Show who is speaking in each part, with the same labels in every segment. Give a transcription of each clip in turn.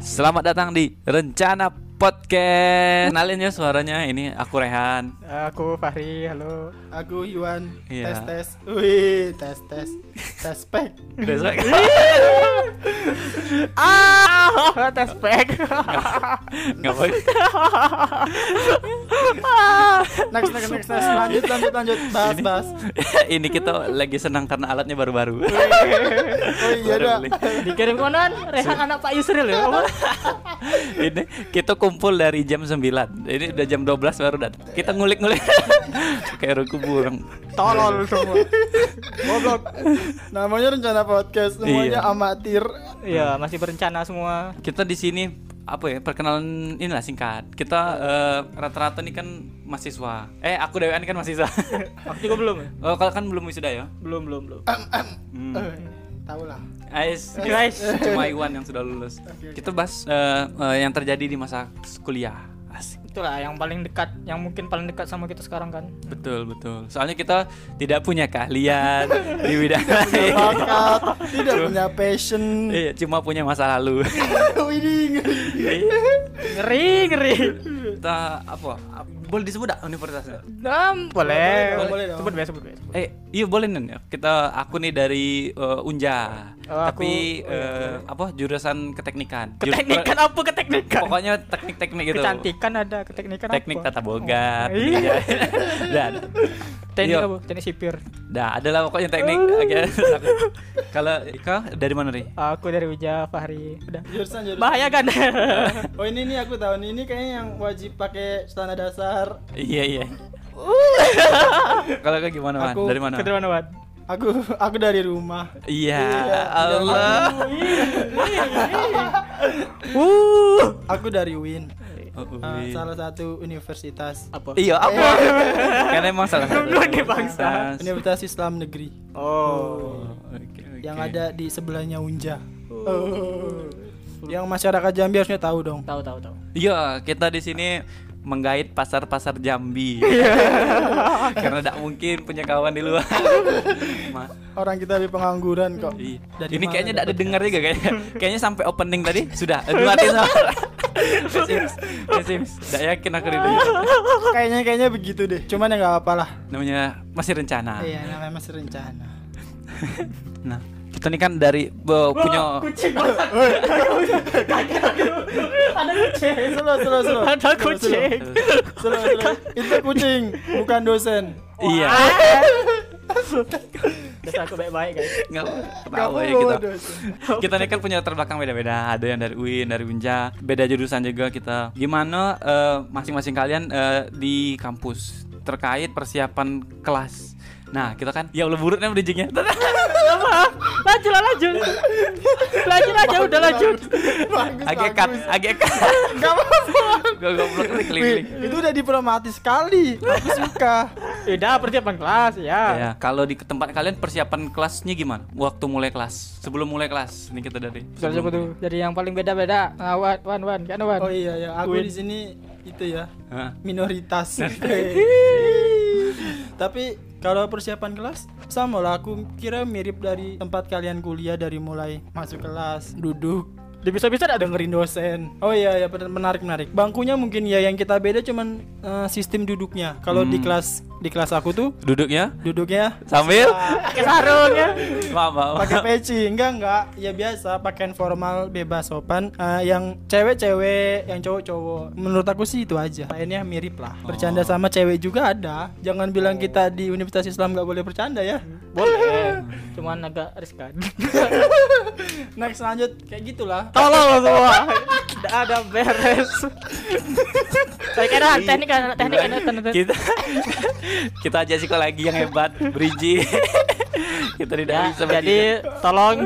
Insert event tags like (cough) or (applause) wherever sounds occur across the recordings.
Speaker 1: Selamat datang di Rencana Podcast. Kenalin ya suaranya. Ini aku Rehan.
Speaker 2: Eh, Aku Fahri, halo.
Speaker 3: Aku Iwan
Speaker 1: Iya.
Speaker 3: tes tes, wih tes tes, tes pack.
Speaker 1: Besok
Speaker 2: Ah, tes pack.
Speaker 1: nggak boleh.
Speaker 3: Next next next next lanjut lanjut lanjut bahas bahas.
Speaker 1: Ini kita lagi senang karena alatnya baru-baru.
Speaker 3: Oh iya
Speaker 1: Baru
Speaker 3: dah.
Speaker 1: beli.
Speaker 2: (laughs) Dikirim konon, Rehan anak Pak Yusril ya. Apa?
Speaker 1: Ini kita kumpul dari jam 9 Ini udah jam 12 baru datang. Kita (laughs) ngulik-ngulik kayak ruku burung.
Speaker 3: Tolol semua. Goblok. Namanya rencana podcast semuanya
Speaker 1: Iya.
Speaker 3: amatir.
Speaker 2: Iya, masih berencana semua.
Speaker 1: Kita di sini apa ya perkenalan inilah singkat. Kita eh, rata-rata nih kan mahasiswa. Eh aku Dewan kan (laughs) mahasiswa.
Speaker 2: Waktu juga belum. ya?
Speaker 1: oh, kalau kan belum wisuda ya?
Speaker 2: Belum, belum, belum.
Speaker 1: Hmm.
Speaker 3: Eh, Tahu lah.
Speaker 1: Ais,
Speaker 2: Guys.
Speaker 1: cuma Iwan yang sudah lulus. Kita bahas eh, eh, yang terjadi di masa kuliah. Asik.
Speaker 2: Itulah yang paling dekat, yang mungkin paling dekat sama kita sekarang kan.
Speaker 1: Betul betul. Soalnya kita tidak punya
Speaker 2: (laughs)
Speaker 1: keahlian di bidang lain.
Speaker 3: Bakat, tidak punya passion.
Speaker 1: Iya, cuma punya masa
Speaker 2: (laughs)
Speaker 1: lalu.
Speaker 3: Widih.
Speaker 2: Iya. Ngeri, ngeri.
Speaker 1: kita apa? Boleh disebut tak universitasnya?
Speaker 2: Nah, boleh.
Speaker 3: boleh, boleh dong.
Speaker 2: Sebut be, sebut be. sebut.
Speaker 1: Eh, iya boleh nih. Kita aku nih dari eh, Unja.
Speaker 2: Oh, aku-
Speaker 1: Tapi eh, apa jurusan keteknikan. Jur-
Speaker 2: Keteknikan apa keteknikan?
Speaker 1: Pokoknya teknik-teknik gitu.
Speaker 2: Kecantikan ada, keteknikan
Speaker 1: Teknik Iya.
Speaker 2: apa?
Speaker 1: tata boga.
Speaker 2: Oh, (laughs) iya.
Speaker 1: Dan
Speaker 2: Teknik apa? Teknik sipir.
Speaker 1: Dah, ada lah pokoknya teknik. Oke, aku- Kalau Ika dari mana nih?
Speaker 2: Aku dari Wija Fahri. Udah.
Speaker 3: Jurusan jurusan.
Speaker 2: Bahaya kan?
Speaker 1: Iya.
Speaker 2: (laughs)
Speaker 3: Oh ini nih aku tahun ini kayaknya yang wajib pakai celana dasar.
Speaker 1: Iya iya. Kalau kau gimana man?
Speaker 3: Aku
Speaker 1: Dari mana?
Speaker 2: Kedua Wan.
Speaker 3: Aku aku dari rumah.
Speaker 1: Iya,
Speaker 3: Iya,
Speaker 1: Allah.
Speaker 2: Uh.
Speaker 3: Aku dari Win.
Speaker 1: Oh, Ui.
Speaker 3: Eh, salah satu universitas
Speaker 2: Apa?
Speaker 1: Iya apa? Karena emang salah satu. Iya,
Speaker 2: Dua deh, bangsa.
Speaker 3: Universitas Islam Negeri
Speaker 2: Oh.
Speaker 1: Oke, oke. Oh.
Speaker 3: yang ada di sebelahnya Unja. (laughs) Yang masyarakat Jambi harusnya tahu dong.
Speaker 2: Tahu tahu tahu.
Speaker 1: Iya, kita di sini menggait pasar-pasar Jambi. Karena tidak mungkin punya kawan di luar. Ma-
Speaker 3: Orang kita di pengangguran kok.
Speaker 1: iya.
Speaker 3: Dari
Speaker 1: Ini
Speaker 3: mana
Speaker 1: kayaknya tidak ada
Speaker 3: dapat
Speaker 1: dengar juga
Speaker 3: (laughs)
Speaker 1: kayaknya. Kayaknya sampai opening tadi sudah eh, dimatiin (laughs) sama. Pesimis, pesimis. Tidak yakin aku itu.
Speaker 3: Kayaknya kayaknya begitu deh. Cuman ya nggak apalah.
Speaker 1: Namanya masih rencana.
Speaker 3: Iya, namanya masih
Speaker 1: (laughs)
Speaker 3: rencana.
Speaker 1: Nah, kita ini kan dari be- punya
Speaker 2: kucing banget. Ada kucing.
Speaker 3: Slow, slow, slow.
Speaker 2: Ada
Speaker 3: Slow, slow.
Speaker 2: kucing.
Speaker 3: Slow, slow. Itu kucing, bukan dosen.
Speaker 1: (laughs) iya.
Speaker 2: Terus aku baik-baik guys.
Speaker 1: Nggak
Speaker 3: Kamu
Speaker 1: ketawa ya
Speaker 3: bawa
Speaker 1: kita.
Speaker 3: dosen.
Speaker 1: kita ini kan punya terbelakang beda-beda ada yang dari UIN dari Unja beda jurusan juga kita gimana eh, masing-masing kalian eh, di kampus terkait persiapan kelas nah kita kan ya Allah buruknya bridgingnya
Speaker 2: Apa? Lanjut lah lanjut. Lanjut aja udah lanjut.
Speaker 3: Bagus,
Speaker 1: agak cut
Speaker 3: bagus.
Speaker 1: agak cut
Speaker 3: Nggak apa-apa.
Speaker 1: gue goblok klik klik
Speaker 3: Wih,
Speaker 1: klik.
Speaker 3: itu udah diplomatis sekali. Aku
Speaker 1: (laughs)
Speaker 3: suka.
Speaker 2: Udah persiapan kelas ya.
Speaker 1: Ya, kalau di tempat kalian persiapan kelasnya gimana? Waktu mulai kelas, sebelum mulai kelas, ini kita dari.
Speaker 2: Terus aku tuh dari yang paling beda-beda. Ah, Wan, Wan, Wan, kan Wan.
Speaker 3: Oh iya ya, aku
Speaker 2: Win.
Speaker 3: di sini itu ya
Speaker 1: Hah?
Speaker 3: minoritas. (laughs) Tapi kalau persiapan kelas sama lah aku kira mirip dari tempat kalian kuliah dari mulai masuk kelas, duduk,
Speaker 2: Dia bisa-bisa ada
Speaker 3: dengerin dosen. Oh iya ya bener- menarik menarik. Bangkunya mungkin ya yang kita beda cuman eh, sistem duduknya. Kalau di kelas di kelas aku tuh
Speaker 1: Duduknya
Speaker 3: duduknya
Speaker 1: sambil
Speaker 2: pakai sarung ya.
Speaker 1: Maaf, maaf.
Speaker 3: pakai peci enggak enggak ya biasa pakaian formal bebas sopan Eh, yang cewek-cewek yang cowok-cowok menurut aku sih itu aja lainnya mirip lah bercanda sama cewek juga ada jangan bilang kita di Universitas Islam nggak boleh bercanda ya
Speaker 2: Boleh. Cuman agak riskan.
Speaker 3: next lanjut kayak gitulah
Speaker 2: Tolong semua. Tidak ada beres. Saya kira teknik kan teknik kan teknik.
Speaker 1: kita (laughs) kita aja psikologi yang hebat Briji (laughs) kita tidak
Speaker 2: Ya,
Speaker 1: bisa
Speaker 2: jadi
Speaker 1: bertiga.
Speaker 2: tolong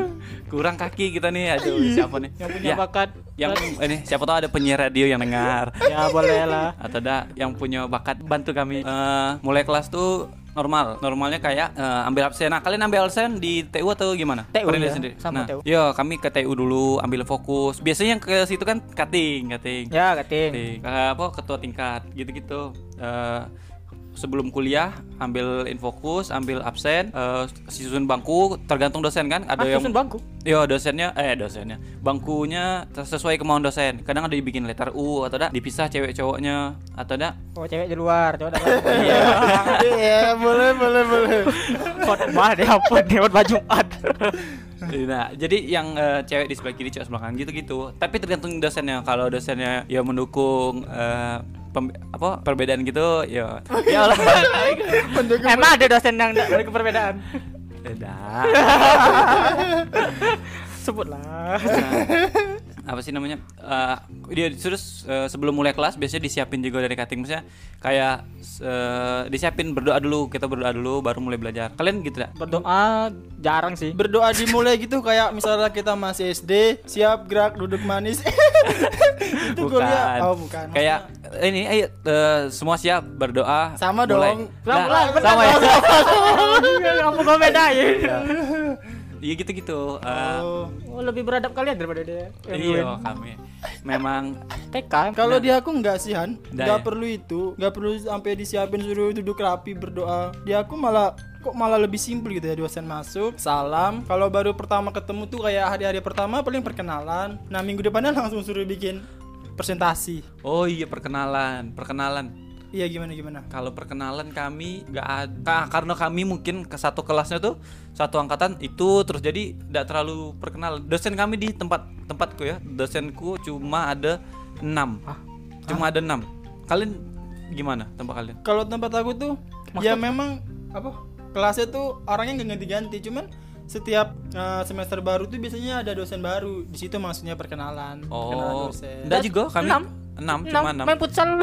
Speaker 1: kurang kaki kita nih aduh siapa nih
Speaker 2: yang punya
Speaker 1: Ya,
Speaker 2: bakat
Speaker 1: yang ini siapa tahu ada penyiar radio yang dengar
Speaker 2: ya boleh lah.
Speaker 1: atau ada yang punya bakat bantu kami Eh, mulai kelas tuh normal normalnya kayak eh, ambil absen nah kalian ambil absen di TU atau gimana
Speaker 2: TU,
Speaker 1: Kalian
Speaker 2: ya. Sama
Speaker 1: nah,
Speaker 2: TU.
Speaker 1: yo kami ke TU dulu ambil fokus biasanya yang ke situ kan cutting cutting
Speaker 2: Ya, kating.
Speaker 1: Ting- eh, apa ketua tingkat gitu-gitu Eh, sebelum kuliah ambil infokus, ambil absen, eh, susun bangku tergantung dosen kan. Ada
Speaker 2: Ah,
Speaker 1: yang
Speaker 2: susun bangku.
Speaker 1: Yo dosennya eh dosennya bangkunya ter- sesuai kemauan dosen. Kadang ada dibikin letter U atau ada dipisah cewek cowoknya atau ada
Speaker 2: Oh, cewek di luar, cowok dalam.
Speaker 3: (laughs) Iya, boleh boleh boleh.
Speaker 2: Kot banget ya, apa nih buat baju (laughs) ad.
Speaker 1: Nah, jadi yang eh, cewek di sebelah kiri, cewek sebelah kanan gitu-gitu. Tapi tergantung dosennya. Kalau dosennya ya mendukung eh, pem- apa perbedaan gitu, ya ya lah.
Speaker 2: Emang ada dosen yang nggak ada keperbedaan.
Speaker 1: Dah.
Speaker 2: (laughs) Sebutlah.
Speaker 1: apa sih namanya? Eh, dia terus eh, sebelum mulai kelas biasanya disiapin juga dari cutting misalnya kayak eh, disiapin berdoa dulu, kita berdoa dulu baru mulai belajar. Kalian gitu dah.
Speaker 2: Berdoa jarang sih.
Speaker 3: Berdoa dimulai gitu kayak misalnya kita masih SD, siap gerak duduk manis. Itu
Speaker 1: bukan.
Speaker 3: kuliah. Oh, bukan.
Speaker 1: Kayak eh, ini ayo eh, semua siap berdoa.
Speaker 3: Sama
Speaker 1: mulai.
Speaker 3: dong.
Speaker 1: Nah,
Speaker 2: Pelan-pelan,
Speaker 1: sama ya.
Speaker 2: Kamu Iya, ya kok bedain?
Speaker 1: (laughs) Iya gitu-gitu. Eh,
Speaker 3: Oh.
Speaker 2: Oh, lebih beradab kalian daripada dia. Yang
Speaker 1: Iya
Speaker 2: lain.
Speaker 1: kami memang
Speaker 2: TK.
Speaker 3: Kalau di aku enggak sih Han,
Speaker 1: Dah,
Speaker 3: enggak
Speaker 1: ya.
Speaker 3: perlu itu, enggak perlu sampai disiapin suruh duduk rapi berdoa. Di aku malah kok malah lebih simpel gitu ya dosen masuk salam kalau baru pertama ketemu tuh kayak hari-hari pertama paling perkenalan nah minggu depannya (laughs) langsung suruh bikin presentasi
Speaker 1: oh iya perkenalan perkenalan
Speaker 3: iya gimana gimana
Speaker 1: kalau perkenalan kami nggak ada karena kami mungkin ke satu kelasnya tuh satu angkatan itu terus jadi nggak terlalu perkenalan dosen kami di tempat tempatku ya dosenku cuma ada enam
Speaker 3: Ah.
Speaker 1: cuma ada enam kalian gimana tempat kalian
Speaker 3: kalau tempat aku tuh ya memang apa kelasnya tuh orangnya nggak ganti-ganti cuman setiap eh, semester baru tuh biasanya ada dosen baru di situ maksudnya perkenalan perkenalan
Speaker 1: oh
Speaker 3: dosen
Speaker 1: nggak juga kami
Speaker 2: Enam.
Speaker 1: enam cuma
Speaker 2: Enam,
Speaker 1: enam
Speaker 2: main (laughs) futsal.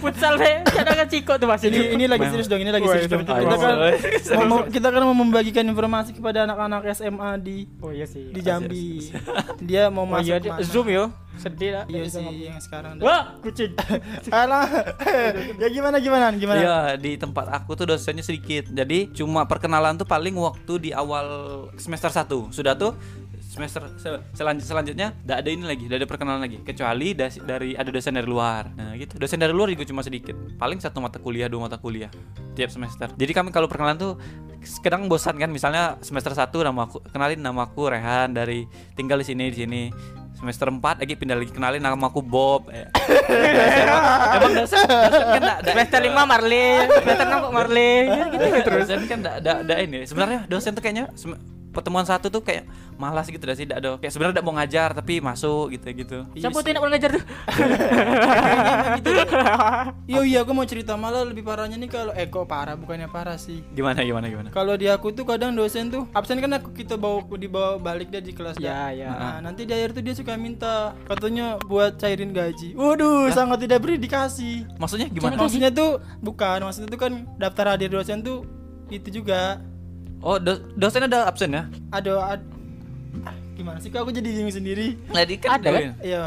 Speaker 2: futsal deh, ada ciko tuh masih.
Speaker 3: ini ini lagi serius dong ini lagi serius dong
Speaker 1: sorry,
Speaker 3: kita
Speaker 2: (laughs)
Speaker 3: kan
Speaker 1: sorry.
Speaker 3: mau- mau- kita kan mau membagikan informasi kepada anak-anak SMA di
Speaker 2: Oh iya sih.
Speaker 3: di Jambi (laughs) dia mau
Speaker 2: Oh
Speaker 3: masuk
Speaker 2: iya, dia-
Speaker 3: mana.
Speaker 2: zoom yo. Sedih lah.
Speaker 3: iya sih yang sekarang dah.
Speaker 2: Wah, (laughs) kucing.
Speaker 3: (laughs) Alah. (laughs) ya gimana gimana gimana
Speaker 1: Iya di tempat aku tuh dosennya sedikit Jadi cuma perkenalan tuh paling waktu di awal semester 1 Sudah tuh semester se- selan- selanjutnya tidak ada ini lagi, tidak ada perkenalan lagi kecuali das- dari ada dosen dari luar. Nah gitu, dosen dari luar juga cuma sedikit, paling satu mata kuliah, dua mata kuliah tiap semester. Jadi kami kalau perkenalan tuh kadang bosan kan, misalnya semester 1 nama aku kenalin nama aku Rehan dari tinggal di sini di sini. Semester 4 lagi pindah lagi kenalin nama aku Bob. Eh, emang, emang dosen, dosen kan nggak- nggak-
Speaker 2: Semester lima Marley, semester enam kok Marley. Ya, gitu.
Speaker 1: dosen kan da, da, da ini sebenarnya dosen tuh kayaknya sem- pertemuan satu tuh kayak malas gitu dah sih da, do. kayak sebenarnya da mau ngajar tapi masuk gitu gitu
Speaker 2: Siapa tuh yang nak ngajar tuh?
Speaker 3: iya iya aku mau cerita malah lebih parahnya nih kalau eh kok parah bukannya parah sih
Speaker 1: gimana gimana gimana
Speaker 3: kalau di aku tuh kadang dosen tuh absen kan aku kita bawa dibawa balik dia di kelas
Speaker 2: Ya,
Speaker 3: ya
Speaker 2: ya.
Speaker 3: nanti di akhir tuh dia suka minta katanya buat cairin gaji waduh sangat tidak berdedikasi
Speaker 1: maksudnya
Speaker 3: Gimana?
Speaker 1: gimana
Speaker 3: Maksudnya tuh bukan, maksudnya tuh kan daftar hadir dosen tuh itu juga
Speaker 1: oh do- dosen ada absen ya
Speaker 3: ada ad- ah, gimana sih kok aku jadi bingung sendiri.
Speaker 1: tadi kan
Speaker 2: Ada kan?
Speaker 1: doin.
Speaker 3: Iya.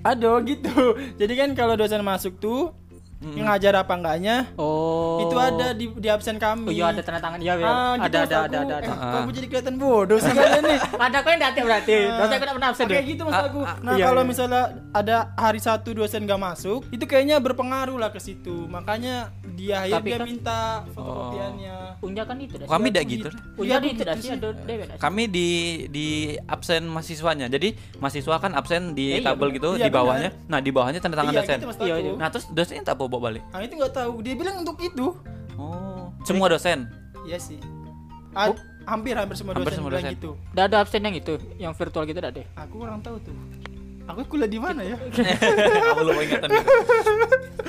Speaker 3: Ada gitu. Jadi kan kalau dosen masuk tuh yang ngajar apa enggaknya
Speaker 2: Oh.
Speaker 3: itu ada di, di absen
Speaker 2: Oh
Speaker 3: kami.
Speaker 2: iya ada tanda tangan iya, iya.
Speaker 3: Ah,
Speaker 2: ada,
Speaker 3: gitu maksud
Speaker 2: ada,
Speaker 3: aku.
Speaker 2: ada, ada, Ah. ada.
Speaker 3: Eh, kok aku jadi kelihatan bodoh sih
Speaker 2: (laughs)
Speaker 3: kalian nih.
Speaker 2: Pada kau yang datang berarti. Dosen kau tak pernah absen deh.
Speaker 3: Kayak gitu maksud
Speaker 1: Ah,
Speaker 3: aku.
Speaker 1: ah,
Speaker 3: Nah,
Speaker 2: iya,
Speaker 3: kalau
Speaker 2: iya.
Speaker 3: misalnya ada hari satu dosen gak masuk, itu kayaknya berpengaruh lah ke situ. Makanya dia akhir
Speaker 2: Tapi
Speaker 3: dia
Speaker 2: kan-
Speaker 3: minta fotokopiannya.
Speaker 2: Unja kan itu dah.
Speaker 1: kami
Speaker 3: aku
Speaker 1: tidak gitu
Speaker 3: gitu.
Speaker 2: Unja di
Speaker 3: Iya, aku
Speaker 2: itu dah
Speaker 3: gitu
Speaker 2: sih
Speaker 3: sih.
Speaker 2: ada dewe dah.
Speaker 1: kami di di absen mahasiswanya jadi mahasiswa kan absen
Speaker 2: Eh,
Speaker 1: di
Speaker 2: iya,
Speaker 1: tabel
Speaker 2: bener.
Speaker 1: gitu
Speaker 3: Iya,
Speaker 1: di bawahnya nah di bawahnya tanda tangan
Speaker 3: Iya,
Speaker 1: dosen
Speaker 3: gitu maksud
Speaker 2: Iya,
Speaker 3: aku.
Speaker 2: iya.
Speaker 1: nah terus dosennya tak bawa balik
Speaker 3: Nah, itu nggak tahu. Dia bilang untuk itu.
Speaker 1: oh semua dosen
Speaker 3: Iya sih. Ad- hampir hampir semua
Speaker 1: Oh. Hampir
Speaker 3: dosen
Speaker 1: semua
Speaker 3: bilang
Speaker 1: dosen.
Speaker 3: gitu.
Speaker 2: Dah ada absen yang itu, yang virtual gitu dah deh.
Speaker 3: Aku kurang tahu tuh. Aku kuliah di mana ya?
Speaker 1: (laughs)
Speaker 2: Gitu,
Speaker 1: aku lupa ingatan gitu.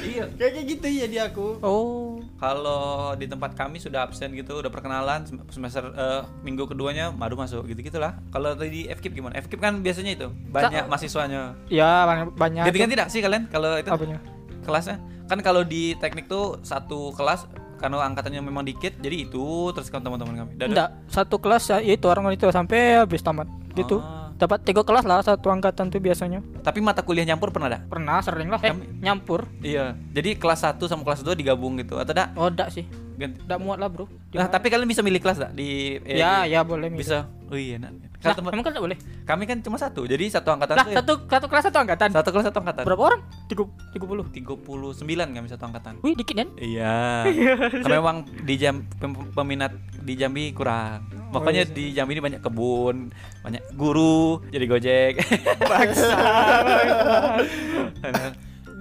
Speaker 1: iya
Speaker 3: Kayak kayak gitu ya di aku.
Speaker 2: Oh.
Speaker 1: Kalau di tempat kami sudah absen gitu, udah perkenalan sem- semester eh, minggu keduanya baru masuk gitu gitulah. Kalau tadi FKIP gimana? FKIP kan biasanya itu banyak mahasiswanya.
Speaker 2: Ya banyak banyak.
Speaker 1: Ganti ganti tidak sih kalian kalau itu
Speaker 2: Apanya?
Speaker 1: kelasnya? Kan kalau di teknik tuh satu kelas karena angkatannya memang dikit, jadi itu terus kan teman-teman kami. Dan-
Speaker 2: Enggak, satu kelas ya itu orang itu sampai habis tamat gitu.
Speaker 1: Ah.
Speaker 2: Dapat tiga kelas lah satu angkatan tuh biasanya.
Speaker 1: Tapi mata kuliah nyampur pernah dah?
Speaker 2: Pernah sering lah eh, nyampur.
Speaker 1: Iya. Jadi kelas 1 sama kelas 2 digabung gitu atau enggak?
Speaker 2: Oh, enggak sih.
Speaker 1: Ganti.
Speaker 2: Enggak muat lah, Bro.
Speaker 1: Nah, tapi kalian bisa milih kelas enggak di eh,
Speaker 2: ya, ya boleh. Mil.
Speaker 1: bisa. Oh iya, nah.
Speaker 2: Lah,
Speaker 1: Karena tempat-
Speaker 2: emang kan nggak boleh?
Speaker 1: kami kan cuma satu. Jadi satu angkatan
Speaker 2: Lah,
Speaker 1: tuh ya-
Speaker 2: satu satu kelas satu angkatan.
Speaker 1: satu kelas satu angkatan.
Speaker 2: Berapa orang? Tiga tiga puluh.
Speaker 1: 39 kami satu angkatan.
Speaker 2: Wih, dikit kan?
Speaker 1: Iya. Karena memang di Jam pem- peminat di Jambi kurang.
Speaker 3: Oh,
Speaker 1: Makanya
Speaker 3: iya.
Speaker 1: di Jambi ini banyak kebun, banyak guru, jadi
Speaker 3: (laughs)
Speaker 1: Gojek. Baksa.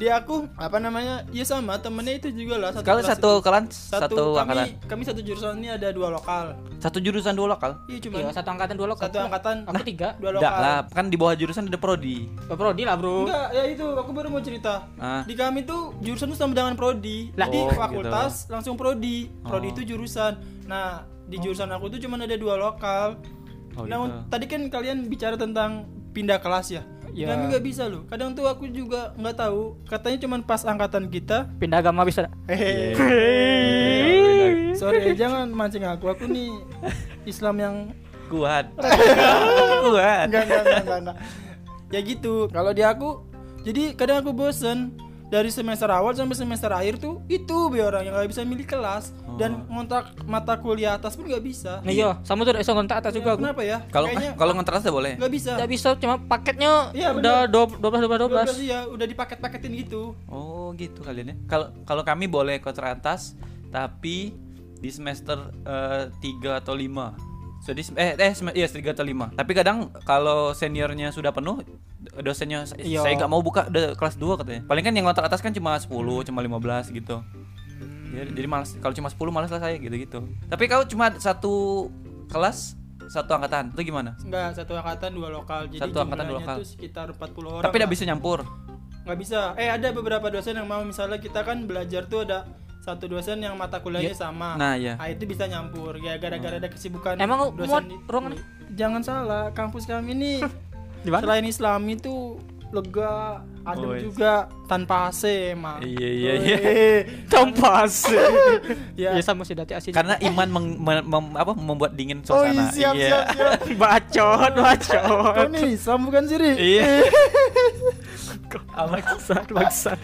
Speaker 3: Di aku apa namanya? Ya sama temennya itu juga lah. satu
Speaker 1: Kalau
Speaker 3: kelas
Speaker 1: satu
Speaker 3: itu.
Speaker 1: kelas
Speaker 3: satu,
Speaker 1: satu
Speaker 3: kami,
Speaker 1: angkatan.
Speaker 3: Kami satu jurusan ini ada dua lokal.
Speaker 1: Satu jurusan dua lokal.
Speaker 3: Iya cuma
Speaker 2: Iya, satu angkatan dua lokal.
Speaker 3: Satu angkatan.
Speaker 2: Aku tiga.
Speaker 3: dua
Speaker 1: Enggak
Speaker 3: lokal.
Speaker 1: lah, kan di bawah jurusan ada prodi.
Speaker 2: Oh, Prodi lah, Bro.
Speaker 3: Enggak, ya itu aku baru mau cerita.
Speaker 1: Ah.
Speaker 3: Di kami tuh jurusan tuh sama dengan prodi.
Speaker 2: Lah.
Speaker 3: Di
Speaker 1: Oh,
Speaker 3: fakultas langsung prodi. Prodi
Speaker 1: Oh.
Speaker 3: itu jurusan. Nah, di jurusan aku tuh cuma ada dua lokal.
Speaker 1: Oh,
Speaker 3: nah,
Speaker 1: gitu.
Speaker 3: tadi kan kalian bicara tentang pindah kelas ya.
Speaker 2: Ya.
Speaker 3: Kami nggak bisa loh. Kadang tuh aku juga nggak tahu. Katanya cuma pas angkatan kita.
Speaker 2: Pindah agama bisa. nggak?
Speaker 3: Hehehe. Sorry, (laughs) jangan mancing aku. Aku nih Islam yang (laughs)
Speaker 1: Kuat. Kuat.
Speaker 3: enggak enggak enggak, enggak, enggak. ya gitu kalau di aku jadi kadang aku bosen dari semester awal sampai semester akhir tuh itu be orang yang nggak bisa milih kelas
Speaker 1: Oh.
Speaker 3: dan ngontak mata kuliah atas pun nggak bisa
Speaker 2: Nah, iya, Nah. sama tuh bisa kontak atas juga aku.
Speaker 3: kenapa ya
Speaker 1: Kalau
Speaker 3: kayaknya
Speaker 1: kalau ngontras ya boleh.
Speaker 3: nggak bisa
Speaker 2: Nggak bisa cuma paketnya
Speaker 3: Iya,
Speaker 2: udah dua belas dua belas iya.
Speaker 3: 12 ya udah dipaket-paketin gitu
Speaker 1: Oh gitu kalian ya. Kalau kalau kami boleh kotor atas tapi di semester 3 atau 5. Jadi sem- eh eh sem- iya 3 atau 5. Tapi kadang kalau seniornya sudah penuh do- dosennya "Sa-
Speaker 3: Iya.
Speaker 1: saya nggak mau buka de- kelas 2 katanya. Paling kan yang kotor atas kan cuma 10, cuma 15 gitu. Jadi, jadi malas kalau cuma 10 malas lah saya gitu-gitu. Tapi kalau cuma satu kelas satu angkatan itu gimana?
Speaker 3: Enggak, satu angkatan dua lokal jadi
Speaker 1: Satu angkatan, dua
Speaker 3: jumlahnya
Speaker 1: lokal.
Speaker 3: tuh sekitar 40 orang
Speaker 1: Tapi
Speaker 3: lah.
Speaker 1: tidak bisa nyampur.
Speaker 3: nggak bisa eh ada beberapa dosen yang mau misalnya kita kan belajar tuh ada satu dosen yang mata kuliahnya sama
Speaker 1: Nah, iya. Hmm.
Speaker 3: Ah, itu bisa nyampur ya gara-gara ada kesibukan
Speaker 2: Emang muat
Speaker 3: di-
Speaker 2: ruangan
Speaker 3: jangan salah kampus kami ini
Speaker 2: Di mana?
Speaker 3: selain Islam itu lega adem
Speaker 1: Oh, iya.
Speaker 3: juga tanpa AC emang
Speaker 1: Iya, iya, iya.
Speaker 3: Wih.
Speaker 2: Compas.
Speaker 3: ya
Speaker 2: Iya, sama sih dati asin.
Speaker 1: Karena iman meng- mem- mem- apa, membuat dingin
Speaker 3: oh
Speaker 1: suasana.
Speaker 3: iya, siap
Speaker 1: Iya.
Speaker 3: siap siap
Speaker 2: bacot, bacot.
Speaker 3: kau nih Islam bukan siri
Speaker 1: (laughs) Iya.
Speaker 2: Bangsat, bangsat.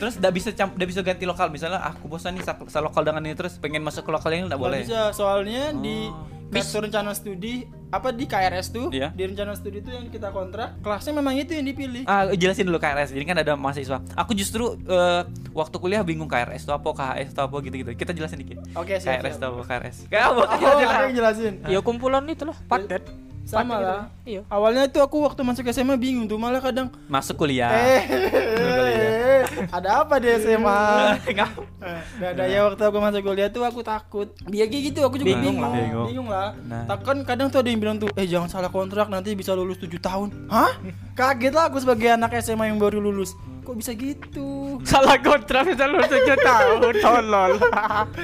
Speaker 1: terus udah bisa camp, udah bisa ganti lokal misalnya "Ah, aku bosan nih sa- sa lokal dengan ini terus pengen masuk ke lokal yang lain nggak boleh.
Speaker 3: Nggak bisa soalnya di
Speaker 1: Oh.
Speaker 3: kartu rencana studi apa di KRS tuh
Speaker 1: Iya.
Speaker 3: di rencana studi tuh yang kita kontrak kelasnya memang itu yang dipilih
Speaker 1: Ah, jelasin dulu KRS. Jadi kan ada mahasiswa. Aku justru eh, waktu kuliah bingung KRS itu apa, KHS itu apa gitu-gitu. Kita jelasin dikit.
Speaker 3: Oke, siap,
Speaker 1: KRS itu
Speaker 3: siap.
Speaker 1: apa, KRS. Kamu
Speaker 3: Oh, ada yang jelasin
Speaker 1: Iya.
Speaker 2: Ya kumpulan itulah
Speaker 1: (laughs)
Speaker 2: paket.
Speaker 3: sama
Speaker 2: Paket
Speaker 3: lah
Speaker 2: gitu. Iya.
Speaker 3: awalnya tuh aku waktu masuk SMA bingung tuh malah kadang
Speaker 1: masuk kuliah.
Speaker 3: eh
Speaker 1: Ah, Bener kali ya.
Speaker 3: ada apa di
Speaker 1: (laughs)
Speaker 3: SMA
Speaker 1: Ngap-
Speaker 3: Eh, Gak ada ya waktu aku masuk kuliah tuh aku takut Biar kayak gitu aku juga
Speaker 1: Nah,
Speaker 3: bingung, bingung,
Speaker 1: bingung.
Speaker 3: lah
Speaker 1: Nah.
Speaker 3: Tak kan kadang tuh ada yang bilang tuh Eh jangan salah kontrak nanti bisa lulus 7 tahun Hah? Kaget lah aku sebagai anak SMA yang baru lulus Kok bisa gitu?
Speaker 2: Salah kontrak bisa lu 7 tahun, tolol.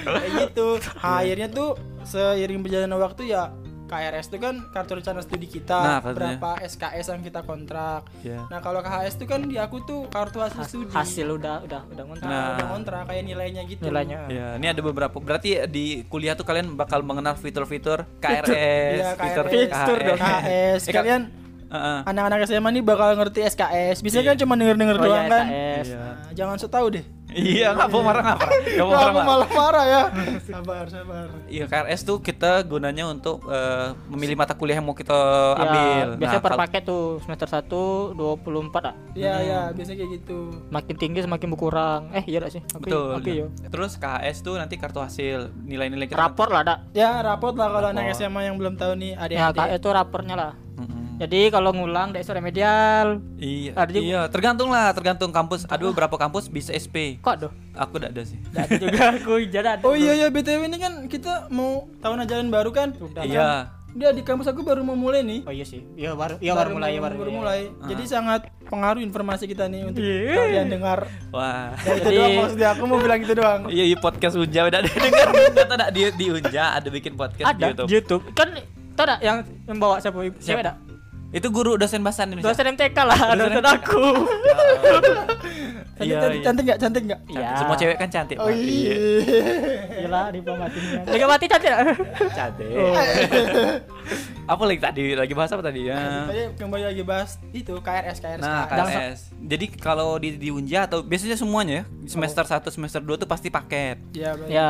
Speaker 3: Kayak gitu
Speaker 1: (laughs)
Speaker 3: Nah, Akhirnya tuh seiring berjalannya waktu ya KRS tuh kan kartu rencana studi kita
Speaker 1: Nah, kartunya.
Speaker 3: Berapa SKS yang kita kontrak
Speaker 1: Iya.
Speaker 3: Nah kalau KHS tuh kan di aku tuh kartu hasil studi
Speaker 2: Hasil udah udah udah ngontrak.
Speaker 1: Nah.
Speaker 3: Nah, udah kontrak kayak nilainya gitu
Speaker 2: Nilainya.
Speaker 1: Ya, ini ada beberapa. Berarti di kuliah tuh kalian bakal mengenal fitur-fitur KRS,
Speaker 3: Iya,
Speaker 1: Eh, fitur
Speaker 3: KRS.
Speaker 2: Fitur dong. Nah.
Speaker 3: KHS
Speaker 1: Eh,
Speaker 3: Kalian
Speaker 1: Heeh.
Speaker 3: anak-anak SMA nih bakal ngerti SKS. Biasanya kan cuma denger-denger
Speaker 2: Oh,
Speaker 3: doang
Speaker 2: iya,
Speaker 3: kan.
Speaker 2: SKS.
Speaker 1: Iya.
Speaker 3: Nah, jangan sok tahu deh.
Speaker 1: Iya, nggak mau marah nggak marah. Nggak mau
Speaker 3: Wah,
Speaker 1: marah,
Speaker 3: aku
Speaker 1: marah.
Speaker 3: malah marah
Speaker 2: (laughs)
Speaker 3: ya. sabar, sabar.
Speaker 2: Hmm.
Speaker 1: Iya KRS tuh kita gunanya untuk eh, memilih mata kuliah yang mau kita
Speaker 2: Ya,
Speaker 1: ambil. Nah,
Speaker 2: biasanya per
Speaker 1: kalau-
Speaker 2: paket tuh semester 1 24 lah.
Speaker 3: Ya, ya, biasanya kayak gitu.
Speaker 2: ah. Makin tinggi semakin berkurang. Eh, iya gak sih? Oke,
Speaker 1: Betul.
Speaker 2: Oke, yo.
Speaker 1: Terus KHS tuh nanti kartu hasil nilai-nilai kita.
Speaker 2: Rapor lah, Dak.
Speaker 3: Ya, rapot lah kalau anak
Speaker 1: Rapot.
Speaker 3: SMA yang belum tahu nih
Speaker 2: Ya,
Speaker 3: adik-adik.
Speaker 2: kayak itu rapornya lah.
Speaker 1: Mm-mm.
Speaker 2: Jadi kalau ngulang dari remedial,
Speaker 1: Iya.
Speaker 2: Ada juga-
Speaker 1: Iya. Tergantung lah, tergantung kampus. Aduh, berapa kampus bisa SP?
Speaker 2: kok aduh.
Speaker 1: Aku tidak ada sih.
Speaker 2: Gak ada juga aku jalan.
Speaker 3: Oh iya ya BTW ini kan kita mau tahun ajaran baru kan?
Speaker 1: Iya.
Speaker 3: Dia di kampus aku baru mau mulai nih.
Speaker 2: Oh iya sih. Iya baru iya baru mulai ya baru.
Speaker 3: baru
Speaker 2: iya.
Speaker 3: mulai. Jadi sangat pengaruh informasi kita nih untuk kalian dengar.
Speaker 1: Wah.
Speaker 3: Ya, itu
Speaker 2: Jadi-
Speaker 3: doang maksudnya aku mau bilang gitu doang.
Speaker 1: Iya, iya, podcast Unja udah ada (laughs) dengar. Kata ada di, di Unja ada Iya. bikin podcast
Speaker 2: Ada
Speaker 1: di YouTube.
Speaker 2: YouTube. Kan tau gak yang yang bawa siapa? Siapa dak?
Speaker 1: Itu guru dosen bahasa Indonesia.
Speaker 2: Dosen MTK lah, dosen
Speaker 1: (laughs)
Speaker 2: aku.
Speaker 3: Cantik,
Speaker 1: Iya,
Speaker 3: cantik,
Speaker 1: iya.
Speaker 3: cantik nggak? Cantik nggak?
Speaker 1: Cantik. Semua cewek kan cantik.
Speaker 3: Oh
Speaker 1: Pak.
Speaker 3: iya.
Speaker 2: Gila di pematinya. Liga mati ya? cantik
Speaker 1: Eh.
Speaker 2: gak?
Speaker 1: Iya, Cantik.
Speaker 3: Oh.
Speaker 1: (laughs) apa lagi tadi lagi bahas apa tadi ya?
Speaker 3: Tadi kembali lagi bahas itu KRS KRS.
Speaker 1: Nah,
Speaker 3: KRS.
Speaker 1: KRS. Jadi kalau di di Unja atau biasanya semuanya ya, semester 1, semester 2 tuh pasti paket.
Speaker 3: Ya, benar.
Speaker 2: Ya.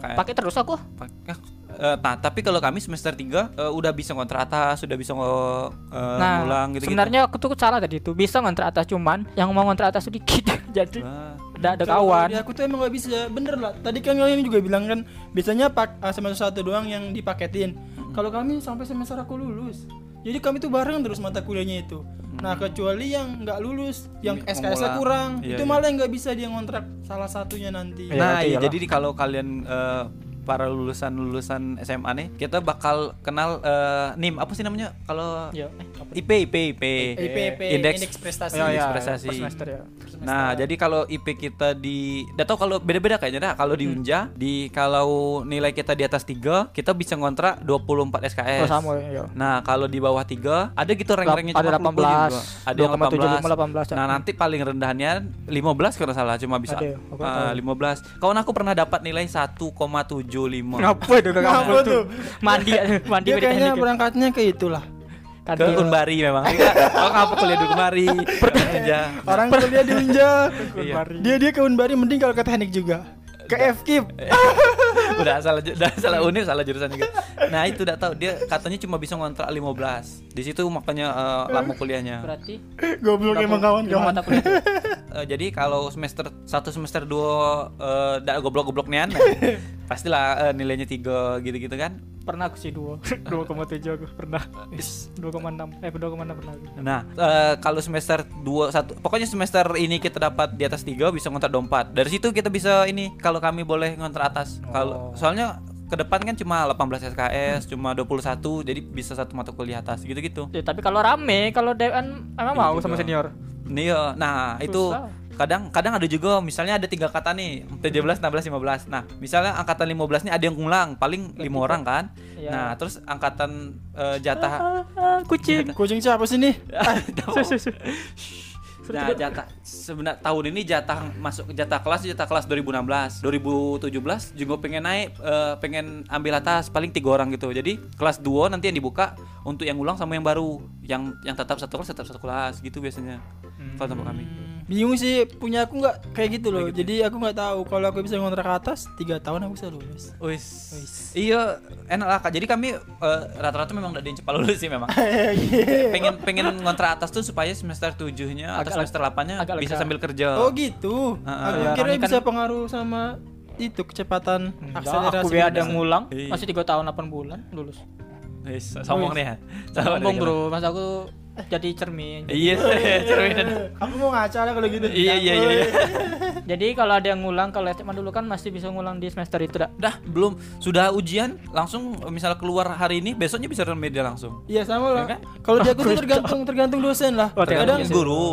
Speaker 1: Kayak-
Speaker 2: Pakai terus aku.
Speaker 1: Pak- ah, eh, ta- tapi kalau kami semester 3 udah bisa kontrak atas, sudah bisa ngo- eh,
Speaker 2: nah,
Speaker 1: ngulang gitu.
Speaker 2: sebenarnya aku tuh salah tadi itu. Bisa ngontrak atas cuman yang mau ngontrak atas sedikit. (laughs) Jadi
Speaker 1: Eh.
Speaker 2: tidak ada kawan.
Speaker 3: Ya aku tuh emang gak bisa bener lah. Tadi kan kalian juga bilang kan biasanya pak ah, semester satu doang yang dipaketin. Kalau kami sampai semester aku lulus. Jadi kami tuh bareng terus mata kuliahnya itu. Nah kecuali yang nggak lulus, yang
Speaker 1: Yang
Speaker 3: SKS-nya
Speaker 1: mengulang.
Speaker 3: kurang,
Speaker 1: Iya,
Speaker 3: itu
Speaker 1: iya.
Speaker 3: malah yang nggak bisa dia ngontrak salah satunya nanti.
Speaker 2: Iya.
Speaker 1: Nah,
Speaker 2: itu
Speaker 1: iya,
Speaker 2: iyalah.
Speaker 1: jadi di- kalau kalian eh, para lulusan-lulusan SMA nih, kita bakal kenal eh, NIM apa sih namanya? Kalau
Speaker 2: Iya,
Speaker 3: Ya.
Speaker 2: eh,
Speaker 1: IP, IP, IP.
Speaker 3: IPP,
Speaker 1: Indeks-
Speaker 3: indeks prestasi.
Speaker 1: Iya, iya.
Speaker 3: Indeks
Speaker 1: prestasi.
Speaker 2: per semester ya.
Speaker 1: Nah, jadi kalau IP kita di Nggak tahu kalau beda-beda kayaknya dah. Kalau
Speaker 2: Hmm.
Speaker 1: di Unja, di kalau nilai kita di atas 3, kita bisa ngontrak 24 SKS.
Speaker 2: Oh, sama ya.
Speaker 1: Nah, kalau di bawah 3 ada gitu rank-ranknya
Speaker 2: Ada
Speaker 1: cuma aku lupa
Speaker 2: 18,
Speaker 1: juga. Ada yang
Speaker 2: 2,75,
Speaker 1: 18. Nah, nanti paling rendahnya 15 kalau nggak salah cuma bisa
Speaker 2: Ada ya? Aku nggak
Speaker 1: Ah,
Speaker 2: tahu.
Speaker 1: 15. Kawan aku pernah dapat nilai 1,75.
Speaker 2: Ngapa itu kakak?
Speaker 3: Ngapa tuh?
Speaker 2: Mandi mandi
Speaker 3: Dia
Speaker 2: dari
Speaker 3: kayaknya
Speaker 2: teknik ya.
Speaker 3: berangkatnya ke itulah.
Speaker 2: Kan
Speaker 1: Ke
Speaker 2: dia-
Speaker 1: Unbari memang. Oh, ngapa kuliah di Iya, Unbari? Aja.
Speaker 3: Orang kuliah di Unja,
Speaker 1: Unbari.
Speaker 3: dia dia ke Unbari mending kalau ke teknik juga. Ke FKIP.
Speaker 1: udah salah ju- udah salah univ salah jurusan juga nah itu udah tahu dia katanya cuma bisa ngontrak 15 di situ makanya eh, lama kuliahnya
Speaker 2: berarti
Speaker 3: (laughs) Goblok emang kawan-kawan.
Speaker 2: mata kuliah itu.
Speaker 1: Eh, jadi kalau semester satu semester dua eh, dak goblok-goblok nian pastilah eh, nilainya tiga gitu-gitu kan
Speaker 2: Pernah aku
Speaker 1: (laughs)
Speaker 2: sih 2. 2,7 aku pernah.
Speaker 1: Is.
Speaker 2: 2,6. Eh 2,6 pernah aku.
Speaker 1: nah eh, kalau semester dua satu pokoknya semester ini kita dapat di atas tiga bisa ngontrak dua empat dari situ kita bisa ini kalau kami boleh ngontrak atas kalau soalnya ke depan kan cuma 18 SKS, cuma 21 jadi bisa satu mata kuliah atas gitu-gitu.
Speaker 2: Ya, tapi kalau rame, kalau Dewan emang
Speaker 1: Iya
Speaker 2: mau
Speaker 1: juga.
Speaker 2: sama senior.
Speaker 1: Iya, nah itu
Speaker 2: Susah.
Speaker 1: kadang kadang ada juga misalnya ada tiga kata nih 17, 16, 15 nah misalnya angkatan 15 nih ada yang ngulang paling lima orang kan
Speaker 2: Iya.
Speaker 1: nah terus angkatan eh, jatah
Speaker 2: Ah, ah, kucing.
Speaker 3: Kucing siapa sih nih?
Speaker 2: ah.
Speaker 1: nah jatah sebenarnya tahun ini jatah masuk jatah kelas jatah kelas 2016 2017 juga pengen naik eh, pengen ambil atas paling tiga orang gitu jadi kelas 2 nanti yang dibuka untuk yang ulang sama yang baru yang yang tetap satu kelas tetap satu kelas gitu biasanya kalau tempat
Speaker 2: Hmm.
Speaker 1: kami
Speaker 3: bingung sih punya aku nggak kayak gitu loh jadi aku nggak tahu kalau aku bisa ngontrak ke atas tiga tahun aku bisa lulus
Speaker 1: Wis. Iya, enak lah Kak. Jadi kami eh, rata-rata memang udah diincepat lulus sih memang. pengen pengen ngontrak atas tuh supaya semester 7-nya atau
Speaker 2: Agak lega.
Speaker 1: semester 8-nya
Speaker 2: Agak
Speaker 1: bisa
Speaker 2: lega.
Speaker 1: sambil kerja.
Speaker 3: oh gitu aku
Speaker 2: iya.
Speaker 3: kira
Speaker 2: Rani kan-
Speaker 3: bisa pengaruh sama itu kecepatan
Speaker 2: Enggak,
Speaker 3: akselerasi
Speaker 2: aku biar ada
Speaker 3: pendidikan.
Speaker 2: yang ngulang
Speaker 1: Iya.
Speaker 2: masih 3 tahun 8 bulan
Speaker 1: (laughs)
Speaker 2: lulus.
Speaker 1: Wis, sombong nih ya.
Speaker 2: Sombong bro, mas aku jadi cermin.
Speaker 1: Iya, cerminan.
Speaker 3: aku mau ngaca lah kalau gitu
Speaker 1: Iya, iya, iya, iya.
Speaker 2: Jadi kalau ada yang ngulang kalau SMA dulu kan masih bisa ngulang di semester itu dah.
Speaker 1: Dah, belum sudah ujian langsung eh, misalnya keluar hari ini, besoknya bisa media langsung.
Speaker 3: Iya sama lah.
Speaker 1: Iya kan?
Speaker 3: Kalau dia aku tuh tergantung tergantung dosen lah.
Speaker 2: Oh,
Speaker 1: Tergantung
Speaker 2: tergantung
Speaker 1: guru.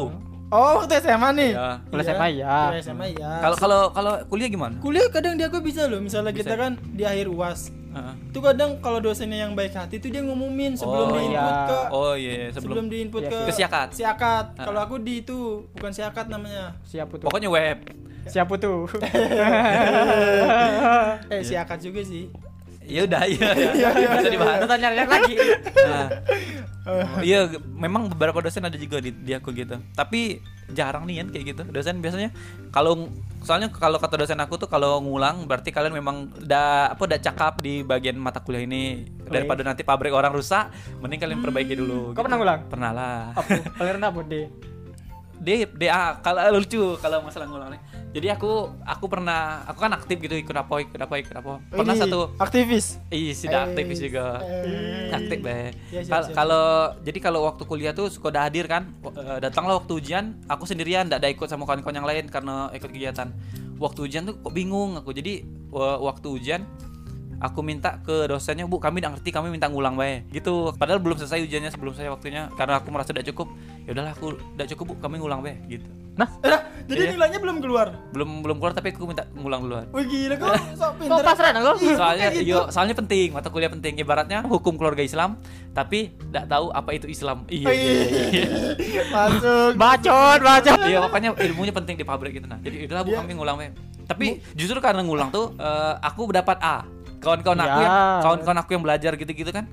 Speaker 3: Oh waktu SMA nih.
Speaker 1: Ya.
Speaker 2: Kalau SMA ya.
Speaker 3: Kalau SMA ya.
Speaker 1: Kalau kalau kalau kuliah gimana?
Speaker 3: kuliah kadang dia aku bisa loh. Misalnya
Speaker 1: ya?
Speaker 3: kita kan di akhir uas.
Speaker 1: Heeh.
Speaker 3: Itu kadang kalau dosennya yang baik hati itu dia ngumumin
Speaker 1: Oh,
Speaker 3: sebelum di input
Speaker 2: iya.
Speaker 3: ke
Speaker 1: Oh iya,
Speaker 3: sebelum,
Speaker 1: sebelum,
Speaker 3: di input
Speaker 2: Iya,
Speaker 3: ke,
Speaker 1: ke siakat.
Speaker 3: siakat.
Speaker 1: Ah.
Speaker 3: Kalau aku di itu bukan siakat namanya.
Speaker 2: Siap itu.
Speaker 1: Pokoknya web.
Speaker 2: Siap itu.
Speaker 1: Iya.
Speaker 3: Eh siakat juga sih.
Speaker 1: Ya udah, iya. iya. (laughs) Bisa dibahas.
Speaker 2: Kita tanya
Speaker 1: (laughs)
Speaker 2: lagi.
Speaker 1: Nah, iya ge- memang beberapa dosen ada juga di, di aku gitu tapi jarang nih kan kayak gitu dosen biasanya kalau ng- soalnya kalau kata dosen aku tuh kalau ngulang berarti kalian memang udah apa udah cakap di bagian mata kuliah ini daripada nanti pabrik orang rusak mending kalian perbaiki dulu gitu.
Speaker 2: Kau Hmm, pernah ngulang? Oh.
Speaker 1: pernah lah
Speaker 2: Apa? Paling rendah apa D?
Speaker 1: D DA kalau ah, lucu kalau masalah ngulang nih jadi aku aku pernah aku kan aktif gitu ikut apa ikut apa ikut apa pernah
Speaker 3: Ini
Speaker 1: satu
Speaker 3: aktivis.
Speaker 1: Ih, sudah aktivis
Speaker 3: Eh,
Speaker 1: juga.
Speaker 3: eh.
Speaker 1: Aktif deh.
Speaker 3: Ya, siap,
Speaker 1: Kal-
Speaker 3: siap.
Speaker 1: Kalau jadi kalau waktu kuliah tuh suka ada hadir kan. W- eh, Datanglah waktu ujian, aku sendirian tidak ada ikut sama kawan-kawan yang lain karena ikut kegiatan. Waktu ujian tuh kok bingung aku. Jadi wa- waktu ujian aku minta ke dosennya, "Bu, kami tidak ngerti, kami minta ngulang bae." Gitu. Padahal belum selesai ujiannya sebelum saya waktunya karena aku merasa tidak cukup. Ya udahlah aku tidak cukup, Bu, kami ngulang bae gitu.
Speaker 2: Nah,
Speaker 3: Lah, Eh,
Speaker 1: Iya.
Speaker 3: jadi nilainya belum keluar.
Speaker 1: Belum belum keluar tapi aku minta ngulang duluan.
Speaker 3: Wih gila
Speaker 1: (laughs)
Speaker 3: kok sok
Speaker 2: kok
Speaker 3: pinter. Iya, gitu.
Speaker 2: pasrah aku?
Speaker 1: soalnya yo, soalnya penting mata kuliah penting ibaratnya hukum keluarga Islam tapi tidak tahu apa itu Islam iya
Speaker 3: Oh,
Speaker 1: iya iya
Speaker 3: (laughs) Masuk.
Speaker 2: Bacot, bacot.
Speaker 1: Iya, makanya ilmunya penting di pabrik gitu nah jadi udahlah bu
Speaker 3: Iya.
Speaker 1: kami ngulang Mem. tapi justru karena ngulang tuh eh, aku dapat A kawan-kawan aku
Speaker 2: Ya.
Speaker 3: Iya.
Speaker 1: yang kawan-kawan aku yang belajar gitu-gitu kan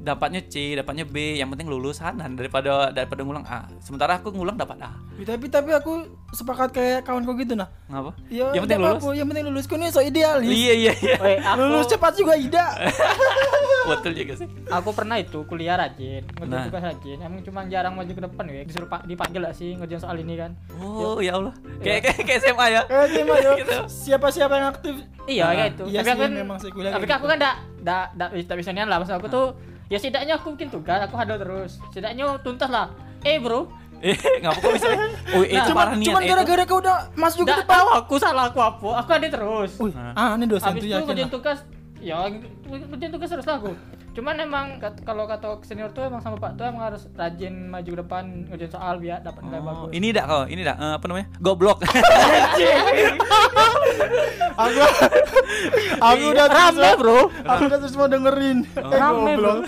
Speaker 1: dapatnya C, dapatnya B, yang penting lulus Hanan daripada daripada ngulang A. Sementara aku ngulang dapat A.
Speaker 3: tapi tapi aku sepakat kayak kawanku gitu nah
Speaker 1: Ngapa?
Speaker 3: ya
Speaker 1: yang penting
Speaker 3: nggak
Speaker 1: lulus.
Speaker 3: apa-apa, yang penting lulus kan ini so idealis
Speaker 1: Iya iya iya.
Speaker 2: Woi, aku,
Speaker 3: lulus cepat juga
Speaker 1: (laughs)
Speaker 3: ida
Speaker 1: Betul juga sih.
Speaker 2: aku pernah itu kuliah rajin, ngerjain
Speaker 1: Nah.
Speaker 2: tugas rajin. Emang cuma jarang maju ke depan ya, disuruh pa- dipanggil lah sih ngerjain soal ini kan.
Speaker 1: Oh ya Allah. Kayak kayak kayak SMA ya.
Speaker 3: Iya. kayak gimana ya
Speaker 1: (laughs) Gitu.
Speaker 3: siapa-siapa yang aktif
Speaker 2: Iya
Speaker 1: Ah.
Speaker 2: kayak itu.
Speaker 3: Iya
Speaker 2: tapi
Speaker 3: sih,
Speaker 2: aku kan,
Speaker 3: memang sih kuliah
Speaker 2: tapi
Speaker 3: kayak gitu. Nah.
Speaker 2: aku kan enggak enggak enggak bisa nian lah. Maksud aku tuh ya setidaknya aku bikin tugas, aku handle terus. Setidaknya tuntas lah. Eh, Bro.
Speaker 1: Eh, ngapa kok
Speaker 3: (laughs)
Speaker 1: bisa? Oh, itu
Speaker 3: Nah, cuman,
Speaker 1: parah niat.
Speaker 3: cuman
Speaker 1: eh, itu-
Speaker 3: gara-gara kau udah masuk ke
Speaker 2: Enggak
Speaker 3: depan
Speaker 2: tahu aku salah aku apa. Aku ada terus.
Speaker 3: Wih, ah ini dosen
Speaker 2: Habis
Speaker 3: tuh
Speaker 2: itu
Speaker 3: yakin
Speaker 2: kerjaan
Speaker 3: lah.
Speaker 2: tugas ya kerjaan tugas terus lah aku. Cuman emang kat- kalau kata senior tuh emang sama Pak tuh emang harus rajin maju ke depan ngerjain soal biar dapat
Speaker 1: Oh,
Speaker 2: nilai
Speaker 3: iya.
Speaker 2: bagus.
Speaker 1: ini dak kau, ini dak eh, apa namanya? Goblok. (laughs)
Speaker 3: aku
Speaker 1: (laughs)
Speaker 3: aku udah terus
Speaker 2: Rame, Bro.
Speaker 3: aku udah terus mau
Speaker 1: (laughs)
Speaker 3: dengerin
Speaker 1: Oh.
Speaker 3: eh
Speaker 2: Rame,
Speaker 3: goblok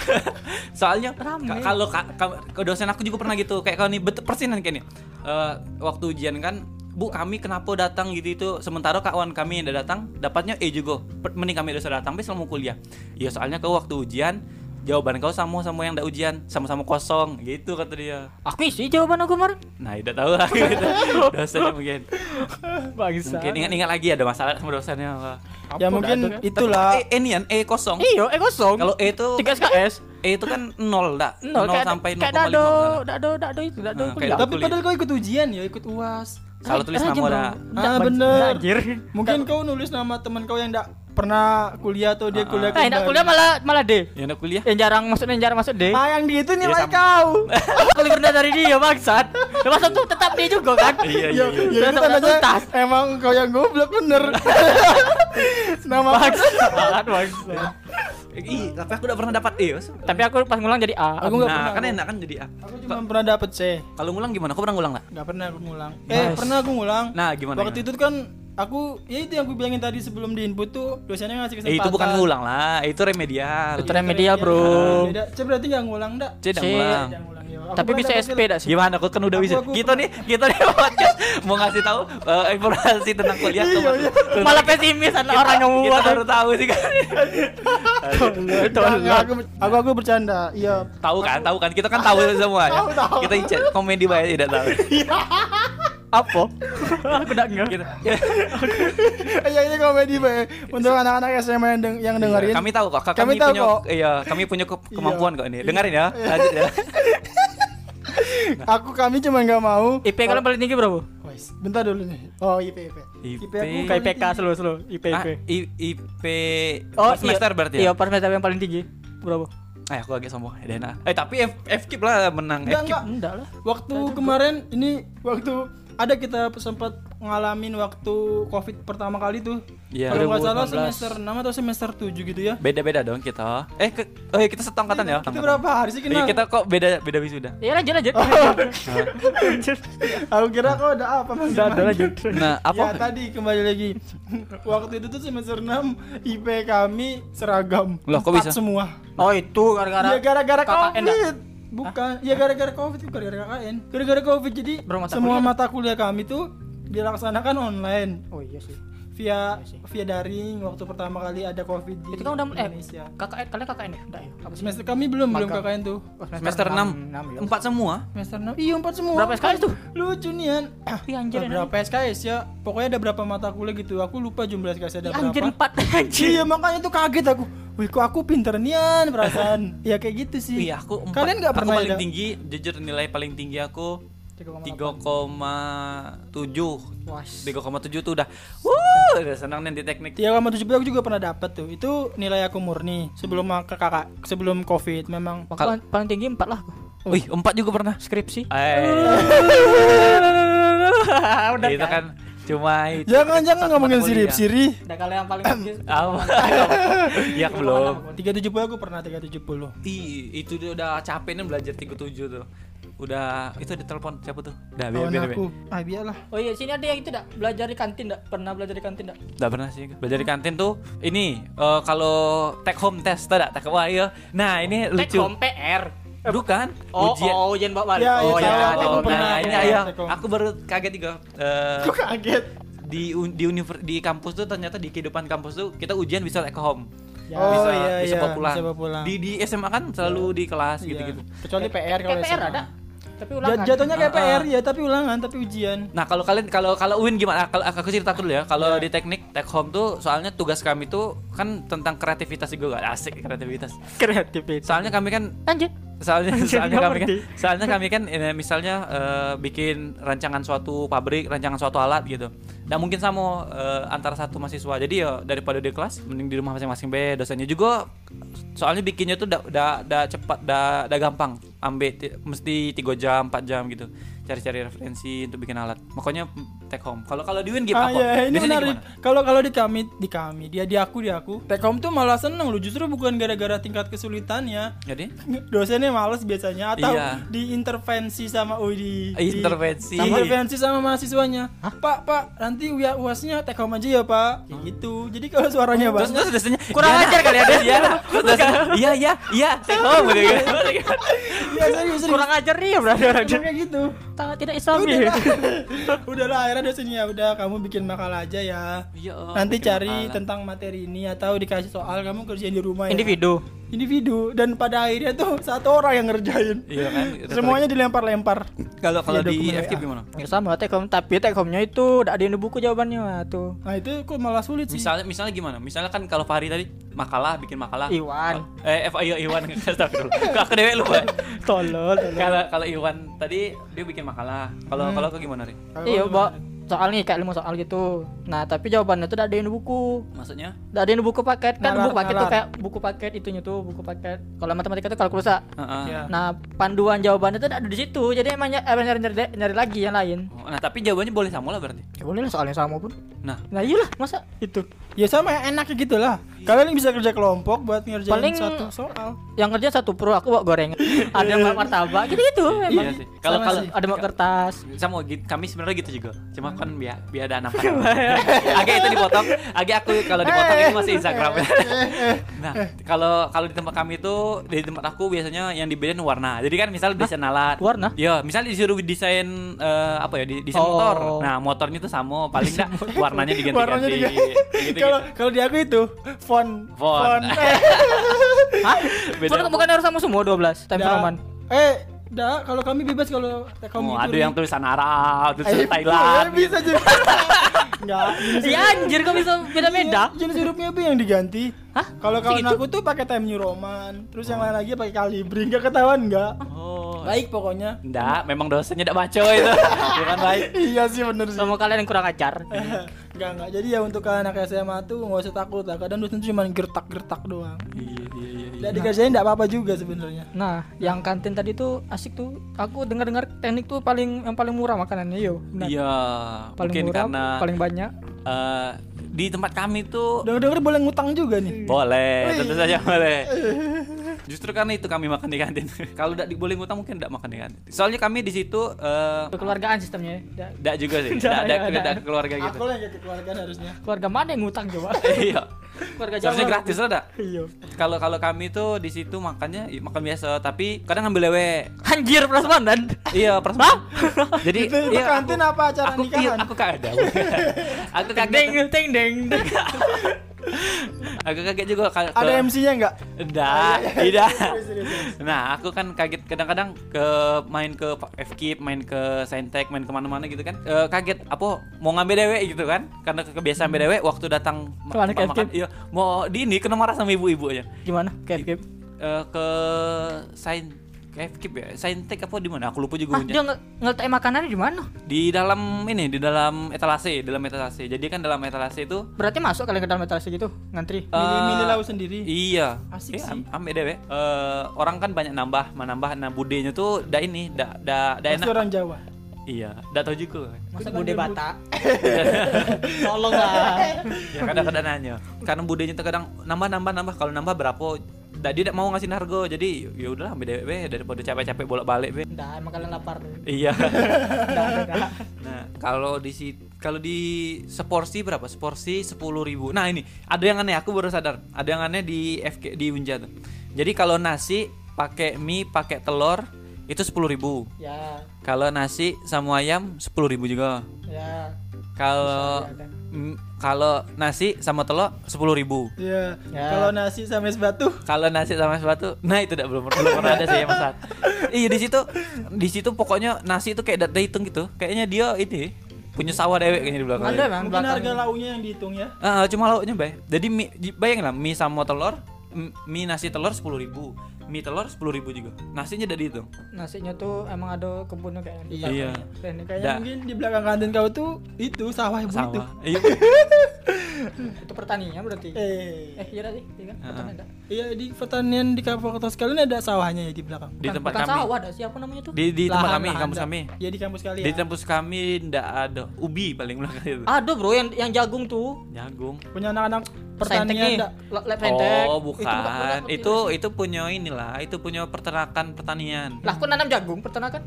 Speaker 1: Soalnya
Speaker 2: Rame.
Speaker 1: ka- kalau ka- ka- ke dosen aku juga pernah gitu, kayak kau nih bet- persinan kayak nih. Eh, waktu ujian kan, Bu kami kenapa datang gitu itu sementara kawan kami yang udah datang dapatnya E juga. Per- Mending kami dosen datang tapi selama kuliah. Ya soalnya kau waktu ujian jawaban kau sama sama yang udah ujian sama-sama kosong gitu kata dia.
Speaker 2: Aku isi jawaban aku
Speaker 3: (laughs)
Speaker 2: kemarin.
Speaker 1: Nah, tidak tahu lah (laughs) gitu. Dosennya mungkin.
Speaker 2: Bangsa.
Speaker 1: Mungkin ingat-ingat lagi ada masalah sama dosennya apa.
Speaker 3: ya mungkin itulah
Speaker 1: E, e nian, E kosong.
Speaker 2: Iyo, eh kosong.
Speaker 1: Kalau E itu
Speaker 2: 3 SKS.
Speaker 1: E itu kan nol dak.
Speaker 2: Nol kayak
Speaker 1: sampai 0,5.
Speaker 2: kayak dado,
Speaker 1: kan?
Speaker 2: dado, dado itu, dado Eh,
Speaker 1: Nah,
Speaker 2: itu.
Speaker 1: kayak
Speaker 3: tapi
Speaker 1: kuliah.
Speaker 3: padahal kau ikut ujian ya ikut uas
Speaker 1: Salah tulis nama
Speaker 2: Nah,
Speaker 1: dak.
Speaker 3: Ah, bener.
Speaker 2: Anjir.
Speaker 3: mungkin kau nulis nama teman kau yang tidak pernah kuliah atau dia
Speaker 1: Ah,
Speaker 3: kuliah
Speaker 2: Nah, enggak
Speaker 3: kembali.
Speaker 2: kuliah malah malah D.
Speaker 1: Ya nak kuliah.
Speaker 2: Yang jarang maksudnya yang jarang masuk D.
Speaker 3: ah yang di itu nilai
Speaker 1: Iya, sama. (laughs)
Speaker 3: kau
Speaker 2: (laughs) Aku lebih rendah dari dia bangsat. Lepas itu tetap dia juga kan.
Speaker 1: Iya iya.
Speaker 3: ya,
Speaker 1: iya.
Speaker 3: ya itu
Speaker 2: Sama
Speaker 3: tandanya
Speaker 2: tuntas.
Speaker 3: emang kau yang goblok
Speaker 1: (laughs)
Speaker 3: bener nama
Speaker 2: Bangsat, bangsat.
Speaker 1: Ih, tapi aku udah pernah dapat E. Mas.
Speaker 2: Tapi aku pas ngulang jadi A.
Speaker 3: Aku nggak
Speaker 1: nah,
Speaker 3: pernah,
Speaker 1: kan
Speaker 3: aku.
Speaker 1: enak kan jadi A.
Speaker 3: aku cuma pernah dapet C
Speaker 1: Kalau ngulang gimana? Kau pernah ngulang nggak?
Speaker 3: nggak pernah aku ngulang eh
Speaker 1: Nice.
Speaker 3: pernah aku ngulang
Speaker 1: Nah, gimana?
Speaker 3: waktu itu kan aku ya itu yang aku bilangin tadi sebelum di input tuh dosennya
Speaker 1: Eh,
Speaker 3: ngasih kesempatan
Speaker 1: itu bukan ngulang lah, E itu remedial.
Speaker 2: Itu remedial, Bro.
Speaker 3: beda C berarti nggak ngulang dak
Speaker 1: C dah
Speaker 2: C.
Speaker 1: ngulang.
Speaker 3: Nggak ngulang, ya. Nah, Aku
Speaker 2: Tapi
Speaker 3: pernah Iya,
Speaker 2: bisa
Speaker 3: dapet
Speaker 2: SP dak sih?
Speaker 1: Gimana kau kan udah
Speaker 3: Aku-
Speaker 1: bisa.
Speaker 3: aku
Speaker 1: Kita nih, kita nih (laughs) podcast mau ngasih tahu eh, informasi tentang kuliah
Speaker 3: Iya,
Speaker 1: teman.
Speaker 3: iya.
Speaker 1: Tentang-
Speaker 2: Malah pesimis anak orang yang
Speaker 1: kita
Speaker 2: buat.
Speaker 1: baru tahu sih kan.
Speaker 3: Nggak, nggak, aku aku aku bercanda
Speaker 1: (laughs)
Speaker 3: iya
Speaker 1: Tahu kan, tahu kan. Kita kan tahu semua ya.
Speaker 3: Tahu, tahu.
Speaker 1: Kita incet komedi banyak tidak tahu.
Speaker 2: Apa? Aku enggak ngerti.
Speaker 1: Kita,
Speaker 3: Iya ini komedi Pak. Untuk anak-anak SMA yang, deng- yang dengerin.
Speaker 1: Iya, Kami tahu kok. Kami,
Speaker 3: Kami tahu
Speaker 1: punya (laughs)
Speaker 3: kok. Iya.
Speaker 1: iya, kami punya ke- kemampuan kok ini. Dengerin ya. Lanjut ya.
Speaker 3: Aku kami cuma nggak mau.
Speaker 2: IP kalian paling tinggi berapa?
Speaker 3: Wais, bentar dulu nih. Oh IP IP.
Speaker 1: IP.
Speaker 2: Kayak
Speaker 3: aku paling
Speaker 2: IPK
Speaker 3: tinggi.
Speaker 2: slow slow, IP
Speaker 1: Eh. Ah,
Speaker 2: IP.
Speaker 1: I- IP
Speaker 2: Oh,
Speaker 1: per semester
Speaker 2: iya,
Speaker 1: berarti
Speaker 2: Iya,
Speaker 1: ya.
Speaker 2: per semester yang paling tinggi. Berapa?
Speaker 1: Eh, aku agak sombong. Ya, Dena. Eh, tapi F Fkip lah menang. Eh,
Speaker 3: Enggak,
Speaker 1: Fkip.
Speaker 3: enggak.
Speaker 2: Enggak lah.
Speaker 3: Waktu kemarin ini waktu ada kita sempat ngalamin waktu Covid pertama kali tuh.
Speaker 1: Iya.
Speaker 3: Kalau nggak salah
Speaker 2: 2018.
Speaker 3: semester 6 atau semester 7 gitu ya.
Speaker 1: Beda-beda dong kita. Eh, ke, oh iya, kita setangkatan ya.
Speaker 3: Itu berapa hari sih
Speaker 1: Iya,
Speaker 3: kenal?
Speaker 1: kita kok beda beda wisuda.
Speaker 2: Ya lanjut lanjut.
Speaker 3: (laughs)
Speaker 2: (laughs)
Speaker 3: Aku kira kok ada apa Mas.
Speaker 2: Udah udah lanjut.
Speaker 1: Nah,
Speaker 3: Ya
Speaker 1: apa?
Speaker 3: tadi kembali lagi. (laughs) Waktu itu tuh semester 6 IP kami seragam.
Speaker 1: Loh, kok
Speaker 3: Empat
Speaker 1: bisa?
Speaker 3: semua.
Speaker 2: Oh, itu gara-gara
Speaker 3: Ya gara-gara
Speaker 2: KKN,
Speaker 3: COVID. Bukan, ya gara-gara COVID bukan gara-gara KKN. Gara-gara COVID jadi
Speaker 2: Bro, mata
Speaker 3: semua
Speaker 2: kuliah.
Speaker 3: mata kuliah kami tuh dilaksanakan online
Speaker 2: Oh iya sih.
Speaker 3: via
Speaker 2: Iya sih.
Speaker 3: via daring waktu pertama kali ada COVID di
Speaker 2: Itu kan udah eh
Speaker 3: Indonesia.
Speaker 2: kakak kalian kakak ini enggak ya? Apa sih?
Speaker 3: Semester kami belum belum
Speaker 2: Magang.
Speaker 3: KKN tuh.
Speaker 2: Oh,
Speaker 1: Semester 6.
Speaker 3: iya.
Speaker 2: ya.
Speaker 1: Empat semua.
Speaker 3: Semester 6. Iya, empat semua.
Speaker 2: Berapa SKS tuh?
Speaker 3: Lucu nian.
Speaker 2: Ih, iya, anjir,
Speaker 3: Ah, berapa SKS ya? Pokoknya ada berapa mata kuliah gitu. Aku lupa jumlah SKS ada
Speaker 2: Ih,
Speaker 3: berapa.
Speaker 2: Anjir empat (laughs) anjir.
Speaker 3: Iya makanya tuh kaget aku. Wih kok aku pinter nian
Speaker 2: (laughs)
Speaker 3: perasaan. ya kayak gitu sih.
Speaker 1: Iya, aku empat.
Speaker 3: Kalian nggak pernah
Speaker 1: aku paling
Speaker 3: ada?
Speaker 1: tinggi, jujur nilai paling tinggi aku
Speaker 3: 3,8.
Speaker 1: 3,7
Speaker 2: Was.
Speaker 1: 3,7 tuh udah Wuh, udah senang nih di teknik
Speaker 3: 3,7 aku juga pernah dapet tuh. Itu nilai aku murni sebelum ke kakak sebelum covid memang.
Speaker 2: Waktu paling- paling tinggi empat lah.
Speaker 1: Wih, 4 juga pernah
Speaker 2: Skripsi.
Speaker 1: Eh,
Speaker 2: (laughs) udah
Speaker 1: itu kan cuma itu
Speaker 3: Jangan-jangan ngomongin
Speaker 1: mata
Speaker 3: sirip
Speaker 1: kuliah.
Speaker 3: siri.
Speaker 2: Udah kalau yang paling tinggi.
Speaker 3: (laughs)
Speaker 1: Apa? ya belum
Speaker 3: 370 aku pernah 370.
Speaker 1: Ih, itu dia udah capek nih belajar 37 tuh Udah, itu ada telepon siapa tuh? Udah, biar,
Speaker 3: Kawan
Speaker 1: biar, biar.
Speaker 3: aku. Ah biarlah.
Speaker 2: (clears throat) Oh iya, sini ada yang itu dak belajar di kantin dak pernah belajar di kantin dak.
Speaker 1: Nggak pernah sih Belajar di kantin tuh Ini, eh, kalau take home test, tau tak? Take wah, iya. Nah, ini
Speaker 2: Take
Speaker 1: lucu
Speaker 2: home PR.
Speaker 1: Bukan,
Speaker 2: Oh,
Speaker 1: ujian
Speaker 2: oh, ujian bawa balik.
Speaker 3: Ya,
Speaker 2: oh
Speaker 3: iya, tahu, aku
Speaker 2: tahu.
Speaker 3: pernah.
Speaker 1: Nah, ini
Speaker 3: Iya,
Speaker 1: ayo,
Speaker 3: take home.
Speaker 1: aku baru kaget juga Eh,
Speaker 3: Aku kaget.
Speaker 1: di un- di univer- di kampus tuh ternyata di kehidupan kampus tuh kita ujian bisa take home.
Speaker 3: Ya.
Speaker 1: bisa
Speaker 3: Oh, iya,
Speaker 1: bisa
Speaker 3: iya,
Speaker 1: bawa pulang.
Speaker 3: bisa bawa pulang.
Speaker 1: Di di SMA kan selalu di kelas
Speaker 3: Iya.
Speaker 1: gitu-gitu.
Speaker 3: Kecuali PR kalau
Speaker 2: KPR
Speaker 3: SMA.
Speaker 2: ada tapi kan?
Speaker 3: Ja-
Speaker 2: ulangan
Speaker 3: Jatuhnya kayak
Speaker 1: Ah, ah.
Speaker 3: PR ya, tapi ulangan, tapi ujian.
Speaker 1: Nah kalau kalian kalau kalau Uin gimana? Kalau aku cerita dulu ya. Kalau
Speaker 3: Iya.
Speaker 1: di teknik take home tuh soalnya tugas kami tuh kan tentang kreativitas juga gak asik kreativitas.
Speaker 3: Kreatif itu.
Speaker 1: Soalnya kami kan
Speaker 2: lanjut
Speaker 1: soalnya
Speaker 3: (laughs) Jadi
Speaker 1: soalnya
Speaker 3: nggak
Speaker 1: kami kan
Speaker 3: ngerti.
Speaker 1: soalnya kami kan eh, misalnya eh, bikin rancangan suatu pabrik rancangan suatu alat gitu nah mungkin sama eh, antara satu mahasiswa jadi ya daripada di kelas mending di rumah masing-masing be dosennya juga soalnya bikinnya tuh udah da, da cepat da, da gampang ambil ti- mesti 3 jam 4 jam gitu cari-cari referensi untuk bikin alat makanya mm, take home kalau kalau di Win gitu
Speaker 3: Ah
Speaker 1: apa
Speaker 3: ya
Speaker 1: Di
Speaker 3: ini
Speaker 1: sini
Speaker 3: menarik.
Speaker 1: gimana?
Speaker 3: Kalau kalau di kami di kami dia di aku di aku. Tekom tuh malah seneng lu justru bukan gara-gara tingkat kesulitannya.
Speaker 1: jadi
Speaker 3: (laughs) Dosennya males biasanya atau
Speaker 1: Iya.
Speaker 3: diintervensi sama Udi.
Speaker 1: Intervensi.
Speaker 3: Intervensi sama mahasiswanya. Pak, Pak, nanti uya uasnya take home aja ya, Pak. Kayak gitu. Jadi kalau suaranya
Speaker 1: Hmm. terus
Speaker 3: banyak
Speaker 1: terus dosennya
Speaker 2: Kurang
Speaker 1: "Iya,
Speaker 2: ajar
Speaker 1: nah."
Speaker 2: kali ya, Des.
Speaker 1: Iya, nah. Terus
Speaker 2: (laughs)
Speaker 1: dosennya, iya iya iya take
Speaker 3: (laughs)
Speaker 1: home gitu
Speaker 3: Iya, serius, serius.
Speaker 2: kurang ajar nih ya berarti orang
Speaker 3: Emang kayak gitu.
Speaker 2: sangat tidak ya?
Speaker 3: Udah
Speaker 2: islami
Speaker 3: lah. Udah lah, (laughs) akhirnya dosennya udah kamu bikin makalah aja ya.
Speaker 1: Ya
Speaker 2: Iya, oh,
Speaker 1: Allah,
Speaker 3: Nanti
Speaker 1: bikin
Speaker 3: cari
Speaker 1: makalah.
Speaker 3: tentang materi ini atau dikasih soal kamu kerjain di rumah ya.
Speaker 2: individu
Speaker 3: individu dan pada akhirnya tuh satu orang yang ngerjain
Speaker 1: Iya
Speaker 3: (laughs)
Speaker 1: kan?
Speaker 3: semuanya dilempar-lempar
Speaker 1: kalau kalau di
Speaker 3: Iya, dokumen
Speaker 1: FK
Speaker 3: WA.
Speaker 1: gimana?
Speaker 2: ya sama take home tapi take home nya itu tidak ada yang di buku jawabannya Wah, tuh
Speaker 3: nah itu kok malah sulit sih
Speaker 1: Iya. Misalnya misalnya gimana? Misalnya kan kalau Fahri tadi makalah bikin makalah.
Speaker 2: Iwan.
Speaker 1: Eh F iya Iwan (laughs) astagfirullah. Kok aku dewek lupa.
Speaker 2: tolol
Speaker 1: Kalau kalau Iwan tadi dia bikin makalah. Kalau kalau kau gimana, Ri?
Speaker 3: Kalau
Speaker 2: iya
Speaker 3: gimana?
Speaker 2: bawa soal nih kayak lima soal gitu nah tapi jawabannya tuh tidak ada yang di buku
Speaker 1: Maksudnya?
Speaker 2: Nggak ada yang di buku paket kan
Speaker 3: Nalar,
Speaker 2: buku paket tuh
Speaker 3: nalar.
Speaker 2: kayak buku paket itunya tuh buku paket kalau matematika tuh kalkulus ah.
Speaker 1: Heeh.
Speaker 3: Iya.
Speaker 2: nah panduan jawabannya tuh nggak ada di situ jadi emang ny- eh, nyari, nyari, nyari lagi yang lain
Speaker 1: Oh, Nah, tapi jawabannya boleh sama lah berarti.
Speaker 2: ya boleh lah soalnya sama pun
Speaker 1: Nah,
Speaker 2: nah iyalah masa itu
Speaker 3: ya sama enaknya gitu lah kalian bisa kerja kelompok buat ngerjain
Speaker 2: Paling-
Speaker 3: satu soal
Speaker 2: yang kerja satu pro aku bawa goreng ada yang bawa martabak gitu gitu
Speaker 1: iya
Speaker 2: emang
Speaker 1: sih. Kalau
Speaker 3: sama
Speaker 1: kalau
Speaker 3: sih.
Speaker 2: ada bawa kertas
Speaker 1: sama gitu, kami sebenarnya gitu juga. Cuma kan biar biar ada anak Agak itu dipotong. Agak aku kalau dipotong itu masih Instagram. nah, kalau kalau di tempat kami itu di tempat aku biasanya yang dibedain warna. Jadi kan misal desain alat.
Speaker 2: Warna?
Speaker 1: Iya, misal disuruh desain eh, apa ya? di- Desain
Speaker 2: Oh.
Speaker 1: motor. Nah, motornya itu sama paling enggak warnanya diganti-ganti.
Speaker 3: warnanya juga
Speaker 1: Gitu-gitu.
Speaker 3: (laughs) kalau kalau di aku itu font
Speaker 1: Font.
Speaker 3: eh,
Speaker 1: (laughs)
Speaker 2: Hah?
Speaker 1: Beda.
Speaker 2: Bukan, bukan harus sama semua 12 Time
Speaker 3: dah.
Speaker 2: for Roman
Speaker 3: eh dah kalau kami bebas kalau kamu
Speaker 1: Oh,
Speaker 3: gitu
Speaker 1: ada
Speaker 3: Ri.
Speaker 1: yang tulisan Arab,
Speaker 3: Eh,
Speaker 1: tulisan Thailand.
Speaker 3: eh, bisa
Speaker 1: (laughs)
Speaker 3: jadi enggak jenis
Speaker 2: Ya anjir kok bisa beda-beda
Speaker 3: jenis hurufnya apa yang diganti
Speaker 2: Hah? Gitu?
Speaker 3: kalau kawan
Speaker 2: Segitu?
Speaker 3: aku tuh pakai Time New Roman terus yang lain lagi pakai Calibri enggak ketahuan enggak
Speaker 1: Oh.
Speaker 3: baik pokoknya
Speaker 1: (laughs) Enggak, memang dosennya enggak baca itu. Bukan baik.
Speaker 3: iya sih bener sih
Speaker 2: Sama kalian yang kurang ajar
Speaker 3: enggak enggak jadi ya untuk anak SMA tuh nggak usah takut lah kadang dosen tuh cuma gertak gertak doang
Speaker 1: Iya, iya, iya. iya.
Speaker 3: dan dikerjain enggak apa-apa juga sebenarnya
Speaker 2: Nah, yang kantin tadi tuh asik tuh. Aku dengar-dengar teknik tuh paling yang paling murah makanannya yo. Benar.
Speaker 1: Iya,
Speaker 2: paling
Speaker 1: mungkin
Speaker 2: murah,
Speaker 1: karena
Speaker 2: paling banyak.
Speaker 1: eh, di tempat kami tuh
Speaker 3: denger denger boleh ngutang juga nih
Speaker 1: boleh, tentu saja boleh. Justru karena itu kami makan di kantin. (laughs) Kalau tidak boleh ngutang mungkin tidak makan di kantin. Soalnya kami di situ eh
Speaker 2: Kekeluargaan sistemnya ya.
Speaker 1: tidak juga sih,
Speaker 2: Nggak,
Speaker 1: tidak
Speaker 2: nggak,
Speaker 1: ada keluarga gitu.
Speaker 3: aku lah yang kekeluargaan harusnya (laughs)
Speaker 2: Keluarga mana yang ngutang coba?
Speaker 1: (laughs) Iya.
Speaker 2: Keluarga Jawa.
Speaker 1: Seharusnya gratis lah dak.
Speaker 3: iya
Speaker 1: Kalau kalau kami tuh di situ makannya i- makan biasa, tapi kadang ngambil lewe.
Speaker 2: Anjir prasmanan.
Speaker 1: Iya, perasaan. (laughs) Jadi
Speaker 3: itu, itu
Speaker 1: iya,
Speaker 3: kantin
Speaker 1: aku,
Speaker 3: apa acara
Speaker 1: aku iya,
Speaker 3: nikahan
Speaker 1: aku kagak ada. (laughs) aku kaget.
Speaker 2: Deng deng deng. deng.
Speaker 1: (laughs) Aku kaget juga kalau
Speaker 3: ada MC-nya enggak
Speaker 2: Oh,
Speaker 1: Enggak,
Speaker 2: iya,
Speaker 1: tidak.
Speaker 2: (laughs)
Speaker 3: Serius, serius, serius.
Speaker 1: Nah, aku kan kaget kadang-kadang ke main ke FKIP, main ke Saintek, main kemana-mana gitu kan. Eh, kaget apa mau ngambil dewe gitu kan? Karena kebiasaan ambil dewe waktu datang ma-
Speaker 2: Kemana Hmm. ke
Speaker 1: ma- makan,
Speaker 2: FKIP?
Speaker 1: Iya, mau di ini kena marah sama ibu-ibu aja.
Speaker 2: Gimana? Kayak game.
Speaker 1: Eh, ke Sain ke FKIP ya, Saintek apa di mana? Aku lupa juga.
Speaker 2: Ah,
Speaker 1: punya.
Speaker 2: dia nge- ngeletak makanannya di mana?
Speaker 1: Di dalam ini, di dalam etalase, dalam etalase. Jadi kan dalam etalase itu
Speaker 2: Berarti masuk kalian ke dalam etalase gitu, ngantri.
Speaker 3: Milih-milih
Speaker 1: Eh,
Speaker 3: lau sendiri.
Speaker 1: Iya.
Speaker 3: Asik
Speaker 1: Iya,
Speaker 3: sih.
Speaker 1: am- ambek dewe. Eh, orang kan banyak nambah, menambah nah budenya tuh da ini, da da da enak.
Speaker 3: Pasti orang Jawa
Speaker 1: Iya, da tau juga.
Speaker 2: Masa
Speaker 3: Gudang
Speaker 2: bude (laughs)
Speaker 3: Debut.
Speaker 2: bata? (laughs) Tolonglah.
Speaker 1: ya kadang-kadang nanya. Karena budenya tuh kadang nambah nambah nambah kalau nambah berapa da dia tidak mau ngasih harga. Jadi ya udahlah ambil dewe be, daripada capek-capek bolak-balik be.
Speaker 2: Enggak, emang kalian lapar.
Speaker 1: Iya.
Speaker 2: Enggak, enggak.
Speaker 1: (laughs) nah, kalau di si kalau di seporsi berapa? Seporsi 10.000. Nah, ini ada yang aneh aku baru sadar. Ada yang aneh di FK di Unja tuh. Jadi kalau nasi pakai mie, pakai telur itu 10.000.
Speaker 2: Ya,
Speaker 1: Kalau nasi sama ayam 10.000 juga.
Speaker 2: ya.
Speaker 1: Kalau
Speaker 2: Ada.
Speaker 1: mm, kalau nasi sama telur sepuluh ribu.
Speaker 3: Iya.
Speaker 2: Ya.
Speaker 3: Kalau nasi sama es batu
Speaker 1: Kalau nasi sama es batu, (laughs) nah itu udah belum belum pernah ada sih ya Mas Ar. Iya di situ di situ pokoknya nasi itu kayak ada hitung gitu. Kayaknya dia ini punya sawah dewek kayaknya di belakang.
Speaker 2: Ada emang
Speaker 3: mungkin
Speaker 2: belakang.
Speaker 3: harga lauknya yang dihitung ya.
Speaker 1: Ah, cuma lauknya bay. Jadi mie, j- bayangin lah mie sama telur, m- mie nasi telur sepuluh ribu, mie telur sepuluh ribu juga. Nasinya udah dihitung.
Speaker 2: Oh, Nasinya tuh emang ada kebunnya kayaknya. di
Speaker 1: Iya.
Speaker 2: belakangnya. Dan ini
Speaker 3: Kayaknya
Speaker 1: Dah.
Speaker 3: Ya, mungkin di belakang kantin kau tuh itu sawah
Speaker 2: gitu?
Speaker 3: ibu itu.
Speaker 1: Sawah. Iya.
Speaker 2: kayak- Hmm, itu pertaniannya berarti.
Speaker 3: Eh,
Speaker 2: Eh, iya tadi, iya
Speaker 1: Ah,
Speaker 2: kan? Pertanian ada.
Speaker 3: iya di pertanian di kampus kalian ada sawahnya ya di belakang.
Speaker 1: Di
Speaker 2: Bukan-
Speaker 1: tempat
Speaker 2: bukan
Speaker 1: kami.
Speaker 2: sawah ada siapa namanya tuh?
Speaker 1: Di di tempat
Speaker 3: Lahan-
Speaker 1: kami,
Speaker 3: lahan
Speaker 1: kampus
Speaker 3: dah.
Speaker 1: kami.
Speaker 3: Iya di kampus kalian.
Speaker 1: Di kampus kami ndak ada ubi paling belakang itu.
Speaker 2: Aduh bro, yang yang jagung tuh.
Speaker 1: Jagung.
Speaker 3: punya anak-anak pertanian
Speaker 2: Pertanian,
Speaker 3: enggak?
Speaker 2: lab sentek.
Speaker 1: Oh,
Speaker 2: Itu bukan-
Speaker 1: bukan.
Speaker 2: bukan
Speaker 1: Itu
Speaker 2: ngerti
Speaker 1: itu,
Speaker 2: nggak sih?
Speaker 1: punya inilah, itu punya peternakan pertanian.
Speaker 2: Lah, aku nanam jagung peternakan.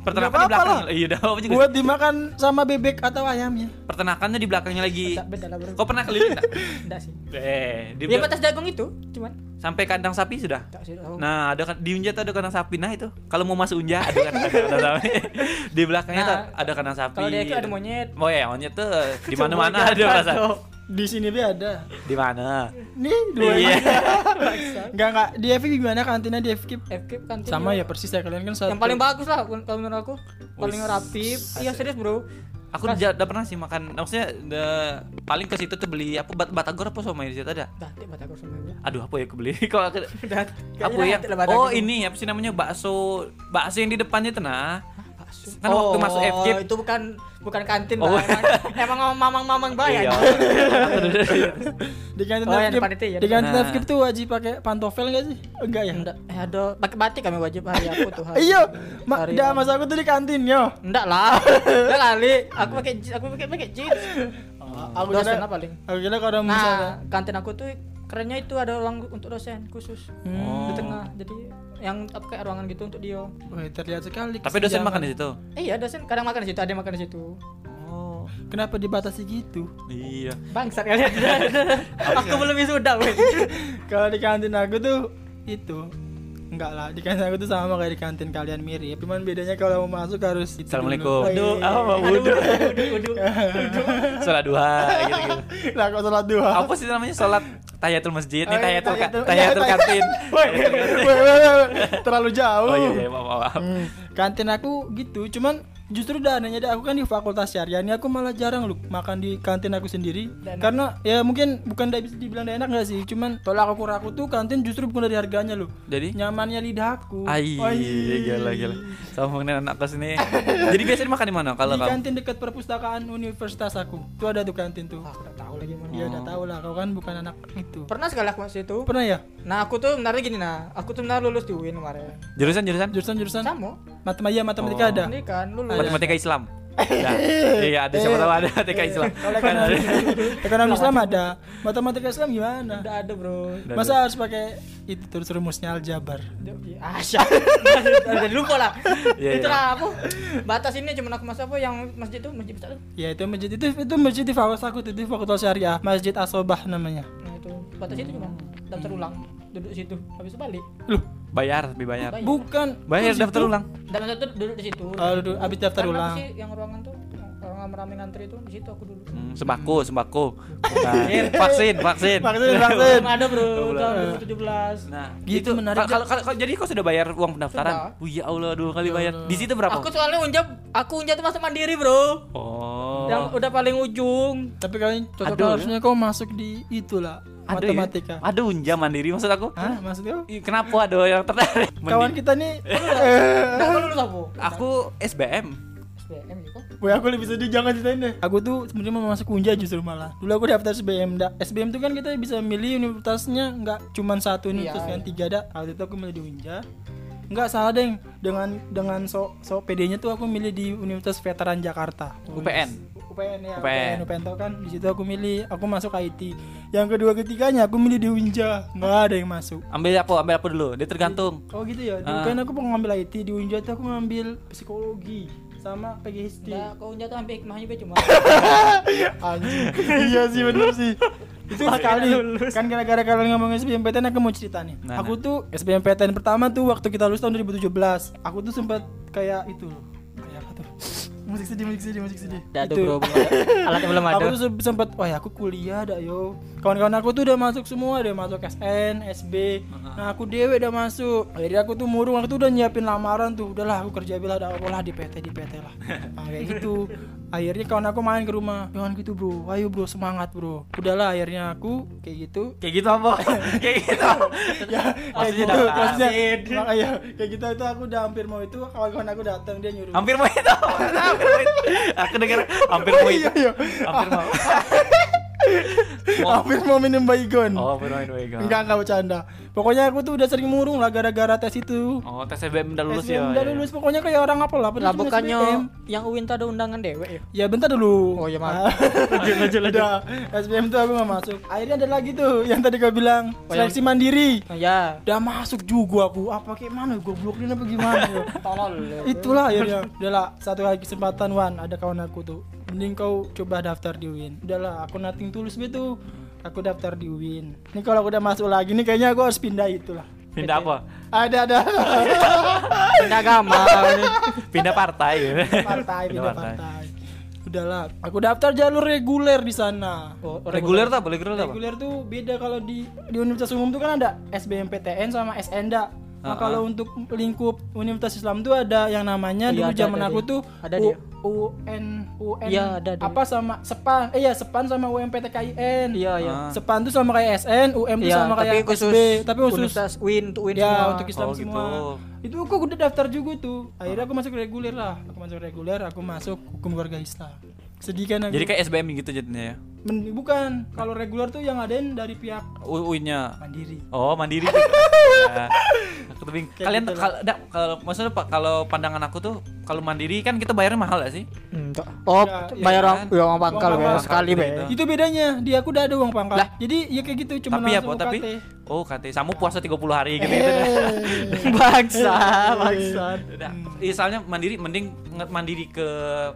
Speaker 1: Peternakan
Speaker 3: nggak
Speaker 1: di
Speaker 3: apa-apa
Speaker 1: belakang.
Speaker 3: lah.
Speaker 1: Iya, udah apa juga.
Speaker 3: Buat dimakan sama bebek atau ayamnya.
Speaker 1: Peternakannya di belakangnya lagi.
Speaker 2: Beda, beda lah bro.
Speaker 1: Kau pernah keliling
Speaker 2: (laughs)
Speaker 1: enggak?
Speaker 2: Enggak sih.
Speaker 1: Eh, di
Speaker 2: Ya
Speaker 1: belak-
Speaker 2: batas jagung itu, cuman
Speaker 1: sampai kandang sapi sudah.
Speaker 2: enggak sih tahu.
Speaker 1: Nah, ada kan di Unja tuh ada kandang sapi. Nah, itu kalau mau masuk Unja ada kan ada kandang sapi.
Speaker 2: (laughs)
Speaker 1: Di belakangnya
Speaker 2: Nah,
Speaker 1: tuh ada kandang sapi.
Speaker 2: Kalau dia itu ada
Speaker 1: (laughs)
Speaker 2: monyet.
Speaker 1: Oh ya, monyet
Speaker 2: (laughs)
Speaker 1: tuh di mana-mana ada perasaan.
Speaker 3: Di sini be ada.
Speaker 1: Di mana?
Speaker 3: Nih dua
Speaker 1: Iya.
Speaker 3: Enggak enggak di FK gimana kantinnya di FK?
Speaker 2: FK kan
Speaker 3: Sama ya persis ya kalian kan satu.
Speaker 2: Yang paling bagus lah kalau menurut aku. Paling
Speaker 1: Wis.
Speaker 2: rapi. Iya serius, Bro.
Speaker 1: Aku udah pernah sih makan. Maksudnya the- paling ke situ tuh beli apa bat batagor apa somai di situ ada.
Speaker 2: Ganti mata aku sama dia. (laughs)
Speaker 1: Aduh, apa ya aku beli? (laughs) Kok aku
Speaker 2: Kayaknya
Speaker 1: apa ya?
Speaker 2: nanti lah badan
Speaker 1: Oh,
Speaker 2: aku.
Speaker 1: ini apa sih namanya bakso bakso yang di depannya tuh nah.
Speaker 2: Bakso.
Speaker 1: Kan waktu masuk FK
Speaker 2: Oh, itu bukan bukan kantin
Speaker 1: Oh.
Speaker 2: lah. Emang, emang mamang-mamang bayan.
Speaker 1: Iya. (laughs)
Speaker 3: Di kantin
Speaker 2: Oh, yang
Speaker 3: FK.
Speaker 2: depan itu ya,
Speaker 3: Di kantin
Speaker 1: depan.
Speaker 3: FK tuh wajib pakai pantofel enggak sih? Enggak ya?
Speaker 2: Enggak, eh, ada pakai batik kami wajib hari aku tuh. hari-
Speaker 3: Iya, ma
Speaker 2: hari-
Speaker 3: dah masa aku tuh di kantin yo.
Speaker 2: Enggak lah. (laughs) Enggak kali. Aku pakai je- aku pakai pakai jeans.
Speaker 1: Oh.
Speaker 3: Aku
Speaker 2: dosen
Speaker 3: kira-
Speaker 2: lah paling.
Speaker 3: Aku kira kalau misalnya
Speaker 2: Nah, kantin aku tuh kerennya itu ada ruang untuk dosen khusus
Speaker 1: Oh.
Speaker 2: di tengah. Jadi yang apa kayak ruangan gitu untuk dia.
Speaker 3: Wah, terlihat sekali.
Speaker 1: Tapi dosen makan ya? di
Speaker 3: kesenjangan.
Speaker 1: situ.
Speaker 2: Eh, iya dosen kadang makan di situ, ada yang makan di situ.
Speaker 1: Oh.
Speaker 3: Kenapa dibatasi gitu? (laughs)
Speaker 1: Iya.
Speaker 2: Bangsat kalian. (laughs) aku belum wisuda, weh.
Speaker 3: Kalau di kantin aku tuh itu Enggak lah, di kantin aku tuh sama kayak di kantin kalian mirip Cuman bedanya kalau mau masuk harus itu dulu.
Speaker 1: Assalamualaikum.
Speaker 3: Oh, iya.
Speaker 1: Apa wudu?
Speaker 2: Waduh.
Speaker 1: Salat duha gitu-gitu.
Speaker 3: (laughs) Lah kok sholat duha
Speaker 1: Apa sih namanya salat tahiyatul masjid? Ini
Speaker 3: Oh, iya,
Speaker 1: tahiyatul ka-
Speaker 3: tahiyatul- (laughs)
Speaker 1: tahiyatul
Speaker 3: iya,
Speaker 1: kan- (laughs) kantin.
Speaker 3: Woi, woi, woi, woi, Terlalu jauh
Speaker 1: Oh iya, iya, maaf, maaf.
Speaker 3: Hmm, Kantin aku gitu, cuman justru dananya dah, aku kan di fakultas syariah ini aku malah jarang loh makan di kantin aku sendiri
Speaker 2: Dan-
Speaker 3: karena ya mungkin bukan dari bisa dibilang dah enak gak sih cuman tolak ukur aku tuh kantin justru bukan dari harganya loh
Speaker 1: Jadi
Speaker 3: nyamannya lidah aku
Speaker 1: Ai,
Speaker 3: Ai.
Speaker 1: gila gila. Sama nih anak kos nih. Jadi biasanya makan di mana kalau
Speaker 3: di
Speaker 1: kamu?
Speaker 3: kantin dekat perpustakaan universitas aku tuh ada tuh kantin tuh
Speaker 1: Oh.
Speaker 2: Wah, aku nggak tahu lagi mana.
Speaker 3: ya udah tau lah kau kan bukan anak itu
Speaker 2: Pernah sekali aku masuk itu.
Speaker 3: pernah ya
Speaker 2: Nah, aku tuh sebenarnya gini nah, aku tuh benar lulus di UIN kemarin.
Speaker 1: Jurusan jurusan
Speaker 3: jurusan jurusan
Speaker 2: Sama.
Speaker 3: matematika iya, matematika
Speaker 1: Oh.
Speaker 3: ada
Speaker 2: Ini kan lulus.
Speaker 1: matematika Islam. Ya. Iya, ada siapa tahu ada matematika Islam.
Speaker 3: Kalau ekonomi ekonomi Islam ada matematika Islam gimana
Speaker 2: Udah ada, Bro.
Speaker 1: Udah,
Speaker 3: masa harus pakai itu terus rumusnya aljabar
Speaker 2: Asya. "Ah, (laughs) Udah lupa lah.
Speaker 1: Iya,
Speaker 2: Itu
Speaker 1: iya.
Speaker 2: lah aku. Batas ini cuma aku masuk apa yang masjid itu masjid besar. tuh.
Speaker 3: ya itu masjid itu itu masjid di fakultas aku tuh di fakultas syariah masjid asobah namanya
Speaker 2: Nah, itu batas itu cuma daftar ulang duduk situ habis itu balik
Speaker 3: loh
Speaker 1: Bayar, tapi bayar.
Speaker 2: Bayar.
Speaker 3: bukan
Speaker 1: Bayar
Speaker 3: Terus
Speaker 1: daftar
Speaker 3: itu-
Speaker 1: ulang.
Speaker 2: dan waktu itu duduk di situ
Speaker 3: Oh, duduk- habis daftar
Speaker 2: Karena
Speaker 3: ulang
Speaker 2: aku sih yang ruangan tuh orang rame ngantri itu di situ aku dulu
Speaker 1: Hmm, sembako, sembako. Nah, vaksin, vaksin.
Speaker 3: Vaksin, vaksin.
Speaker 2: belum
Speaker 1: ya.
Speaker 2: ada bro
Speaker 1: Belum.
Speaker 2: tahun 2017
Speaker 1: Nah,
Speaker 3: Gitu,
Speaker 1: gitu
Speaker 3: menarik.
Speaker 1: menarik. Kalau kalau- kalau- jadi kau sudah bayar uang pendaftaran?
Speaker 2: Sudah.
Speaker 1: Wih, ya Allah, dua kali bayar. Di situ berapa?
Speaker 2: aku soalnya unjab aku unjab tuh masuk mandiri bro
Speaker 1: Oh.
Speaker 2: yang udah paling ujung
Speaker 3: tapi kalian cocok
Speaker 1: Aduh.
Speaker 3: harusnya kau masuk di itulah
Speaker 1: Ada ya?
Speaker 3: matematika
Speaker 1: Ada unjam mandiri maksud aku.
Speaker 3: Hah, maksudnya?
Speaker 1: Ih, Kenapa ada yang tertarik?
Speaker 3: Kawan
Speaker 1: Mending-
Speaker 3: kita nih (laughs)
Speaker 2: nah kalau lulus apa
Speaker 1: aku SBM.
Speaker 2: SBM gitu
Speaker 3: Woi aku lebih sedih jangan ceritain deh. Aku tuh sebenarnya mau masuk Unja justru malah. Dulu aku daftar SBM. Da. SBM tuh kan kita bisa milih universitasnya nggak cuman satu universitas
Speaker 2: Iya.
Speaker 3: kan tiga ada. Waktu itu aku milih di Unja. Nggak salah deng. Dengan dengan so so PD-nya tuh aku milih di Universitas Veteran Jakarta.
Speaker 1: Oh, UPN.
Speaker 3: UPN ya.
Speaker 1: UPN.
Speaker 3: UPN, UPN tau kan di situ aku milih aku masuk IT. Yang kedua ketiganya aku milih di Unja. Nggak ada yang masuk.
Speaker 1: Ambil apa? Ambil apa dulu? Dia tergantung.
Speaker 3: Oh gitu ya. Di
Speaker 1: Ah.
Speaker 3: UPN aku pengen ngambil IT, di Unja tuh aku ngambil psikologi sama PGHD.
Speaker 2: nah aku unjab tuh hampir hikmahnya be cuma
Speaker 3: Anjing. iya sih bener sih. Itu sekali kan gara-gara kalian ngomong SBMPTN aku mau cerita nih.
Speaker 1: Nah,
Speaker 3: aku tuh SBMPTN pertama tuh (laughs) waktu kita lulus tahun 2017. Aku tuh sempat kayak itu loh. Kayak apa tuh? musik sedih musik sedih musik sedih
Speaker 2: Tidak ada bro, belum ada. alatnya belum ada.
Speaker 3: aku tuh se- sempet wah ya aku kuliah dah yo kawan-kawan aku tuh udah masuk semua udah masuk SN SB nah aku dewe udah masuk jadi aku tuh murung aku tuh udah nyiapin lamaran tuh udahlah aku kerja bila ada apa lah di PT di PT
Speaker 1: (laughs)
Speaker 3: lah nah, kayak gitu akhirnya kawan aku main ke rumah jangan gitu bro ayo bro semangat bro udahlah akhirnya aku kayak gitu (laughs)
Speaker 1: Kayak gitu apa? (laughs) Kayak gitu.
Speaker 3: ya kayak
Speaker 1: Maksudnya
Speaker 3: gitu
Speaker 1: datang.
Speaker 3: maksudnya (laughs) makanya kayak gitu itu aku udah hampir mau itu kawan-kawan aku datang dia nyuruh
Speaker 1: Hampir mau itu. Oh, Hampir mau itu. (laughs) Aku dengar hampir mau itu.
Speaker 3: (laughs) Iya, iya.
Speaker 1: Hampir (laughs) mau. Mau.
Speaker 3: hampir mau minum baygon
Speaker 1: Oh, hampir mau itu. Ega.
Speaker 3: Enggak, enggak bercanda. Pokoknya aku tuh udah sering murung lah gara-gara tes itu.
Speaker 1: Oh, tes SBM udah lulus
Speaker 3: SBM
Speaker 1: ya.
Speaker 3: udah
Speaker 1: iya.
Speaker 3: lulus pokoknya kayak orang apa lah,
Speaker 2: Lah
Speaker 3: padahal cuma
Speaker 2: bukannya
Speaker 3: SBM.
Speaker 2: yang Uin tuh ada undangan dewek ya?
Speaker 3: Ya bentar dulu.
Speaker 2: Oh, iya,
Speaker 3: (laughs)
Speaker 2: maaf.
Speaker 3: Ah.
Speaker 2: Lanjut, lanjut, lanjut.
Speaker 3: Udah, SBM tuh aku gak masuk. Akhirnya ada lagi tuh yang tadi kau bilang
Speaker 2: Oh, yang-
Speaker 3: seleksi mandiri.
Speaker 2: Oh, ya,
Speaker 3: Udah masuk juga aku. Apa kayak mana goblok ini apa gimana?
Speaker 2: (laughs)
Speaker 3: ya?
Speaker 2: tolol.
Speaker 3: Itulah akhirnya. Udahlah, satu lagi kesempatan Wan, ada kawan aku tuh. Mending kau coba daftar di UIN. Udahlah, aku nating tulus gitu. Aku daftar di UIN. Ini kalau aku udah masuk lagi nih kayaknya aku harus pindah itulah.
Speaker 1: Pindah apa?
Speaker 3: Ada
Speaker 2: (laughs)
Speaker 3: ada
Speaker 2: Pindah agama.
Speaker 1: (laughs) Pindah partai. ya.
Speaker 3: partai pindah partai. Udahlah, aku daftar jalur reguler di sana.
Speaker 2: Oh,
Speaker 1: Reguler tuh apa? Reguler tuh apa?
Speaker 3: Reguler tuh beda kalau di di universitas umum tuh kan ada SBMPTN sama SNDA.
Speaker 1: Ah,
Speaker 3: Nah, kalau untuk lingkup Universitas Islam tuh ada yang namanya
Speaker 2: Iya,
Speaker 3: dulu
Speaker 2: ada,
Speaker 3: zaman
Speaker 2: ada,
Speaker 3: aku
Speaker 2: ada.
Speaker 3: tuh
Speaker 2: Ada
Speaker 3: U-
Speaker 2: dia.
Speaker 3: UN UN
Speaker 2: Iya, ada, ada.
Speaker 3: apa sama Sepan. Eh ya, Sepan sama UMPTKIN.
Speaker 2: Iya, iya.
Speaker 1: Ah.
Speaker 3: Sepan tuh sama kayak SN, UM tuh
Speaker 2: Iya,
Speaker 3: sama
Speaker 2: tapi
Speaker 3: kayak
Speaker 2: khusus
Speaker 3: SB, tapi khusus
Speaker 2: universitas Uin untuk Uin
Speaker 3: ya
Speaker 2: semua.
Speaker 3: untuk Islam
Speaker 1: Oh, gitu.
Speaker 3: semua itu aku udah daftar juga tuh akhirnya aku masuk reguler lah aku masuk reguler aku masuk hukum keluarga Islam sedih kan aku
Speaker 1: Jadi kayak SBM gitu jadinya ya.
Speaker 3: Men- bukan kalau reguler tuh yang ngadain dari pihak
Speaker 1: U- UIN-nya.
Speaker 3: mandiri
Speaker 1: Oh (laughs) mandiri. tuh. Ya. Aku tuh bing-
Speaker 3: Kayak
Speaker 1: Kalian
Speaker 3: gitu
Speaker 1: kal- dak- kalau maksudnya pak kalau pandangan aku tuh kalau mandiri kan kita bayarnya mahal gak sih?
Speaker 2: Enggak. Oh,
Speaker 3: Ya, iya
Speaker 2: bayar
Speaker 1: kan?
Speaker 2: orang ya, uang pangkal
Speaker 3: Uang Iya.
Speaker 2: bayar
Speaker 3: pangkal.
Speaker 2: sekali be.
Speaker 1: Gitu.
Speaker 3: itu bedanya dia aku udah ada uang pangkat
Speaker 2: Lah.
Speaker 3: jadi ya kayak gitu cuma
Speaker 1: tapi ya
Speaker 3: langsung Nah.
Speaker 1: po, tapi
Speaker 3: UKT.
Speaker 1: oh kate samu puasa 30 hari gitu gitu.
Speaker 2: Bangsa,
Speaker 3: (laughs) Iya.
Speaker 2: bangsa.
Speaker 3: Bangsat.
Speaker 1: Udah. Misalnya mandiri mending nge- mandiri ke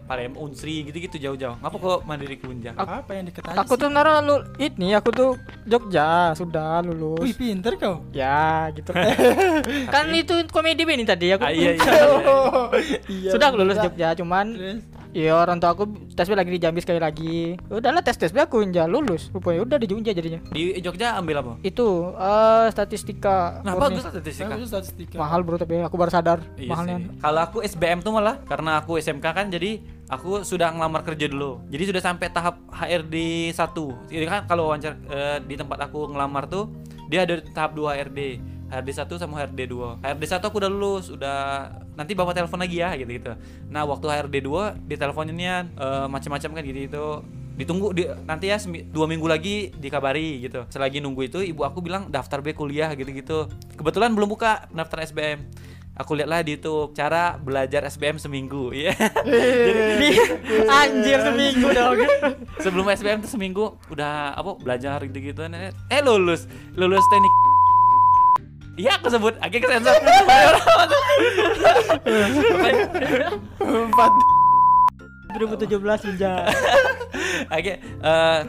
Speaker 1: Parem Unsri gitu-gitu jauh-jauh. Ngapa kok mandiri ke Unja?
Speaker 3: apa yang deket aja
Speaker 2: Aku
Speaker 3: sih?
Speaker 2: tuh nara lu ini aku tuh Jogja sudah lulus.
Speaker 3: wih pinter
Speaker 1: (laughs)
Speaker 3: kau
Speaker 2: Ya
Speaker 3: (laughs)
Speaker 2: gitu. kan itu komedi be ini tadi aku.
Speaker 1: Ah, iya, iya,
Speaker 3: Iya,
Speaker 2: Sudah aku lulus
Speaker 3: bener.
Speaker 2: Jogja, cuman
Speaker 3: Terus?
Speaker 2: ya orang tua aku tes B lagi di Jambi sekali lagi. Udahlah tes tes B aku unja lulus. Rupanya udah di Jogja jadinya.
Speaker 1: Di Jogja ambil apa?
Speaker 2: Itu eh statistika.
Speaker 1: Nah,
Speaker 2: murni.
Speaker 1: bagus statistika.
Speaker 3: Aku statistika
Speaker 2: Mahal bro tapi aku baru sadar
Speaker 1: Iya
Speaker 2: mahalnya. (laughs)
Speaker 1: sih. Kalau aku SBM tuh malah karena aku SMK kan jadi aku sudah ngelamar kerja dulu. Jadi sudah sampai tahap HRD 1. Jadi kan kalau wawancara eh, di tempat aku ngelamar tuh dia ada tahap 2 HRD. HRD 1 sama HRD 2. HRD 1 aku udah lulus, udah nanti Bapak telepon lagi ya gitu-gitu. Nah, waktu HRD 2 diteleponin Nian, eh, macam-macam kan gitu-gitu ditunggu di, nanti ya semi- dua minggu lagi dikabari gitu selagi nunggu itu ibu aku bilang daftar B kuliah gitu gitu kebetulan belum buka daftar SBM aku lihatlah di itu cara belajar SBM seminggu (laughs) iya
Speaker 3: Iya.
Speaker 2: Anjir seminggu dong.
Speaker 3: (laughs)
Speaker 1: sebelum SBM tuh seminggu udah apa belajar gitu gitu eh lulus lulus teknik Iya aku sebut, akhirnya kesensor
Speaker 3: empat
Speaker 2: 2017 unja.
Speaker 1: (laughs) Oke, eh,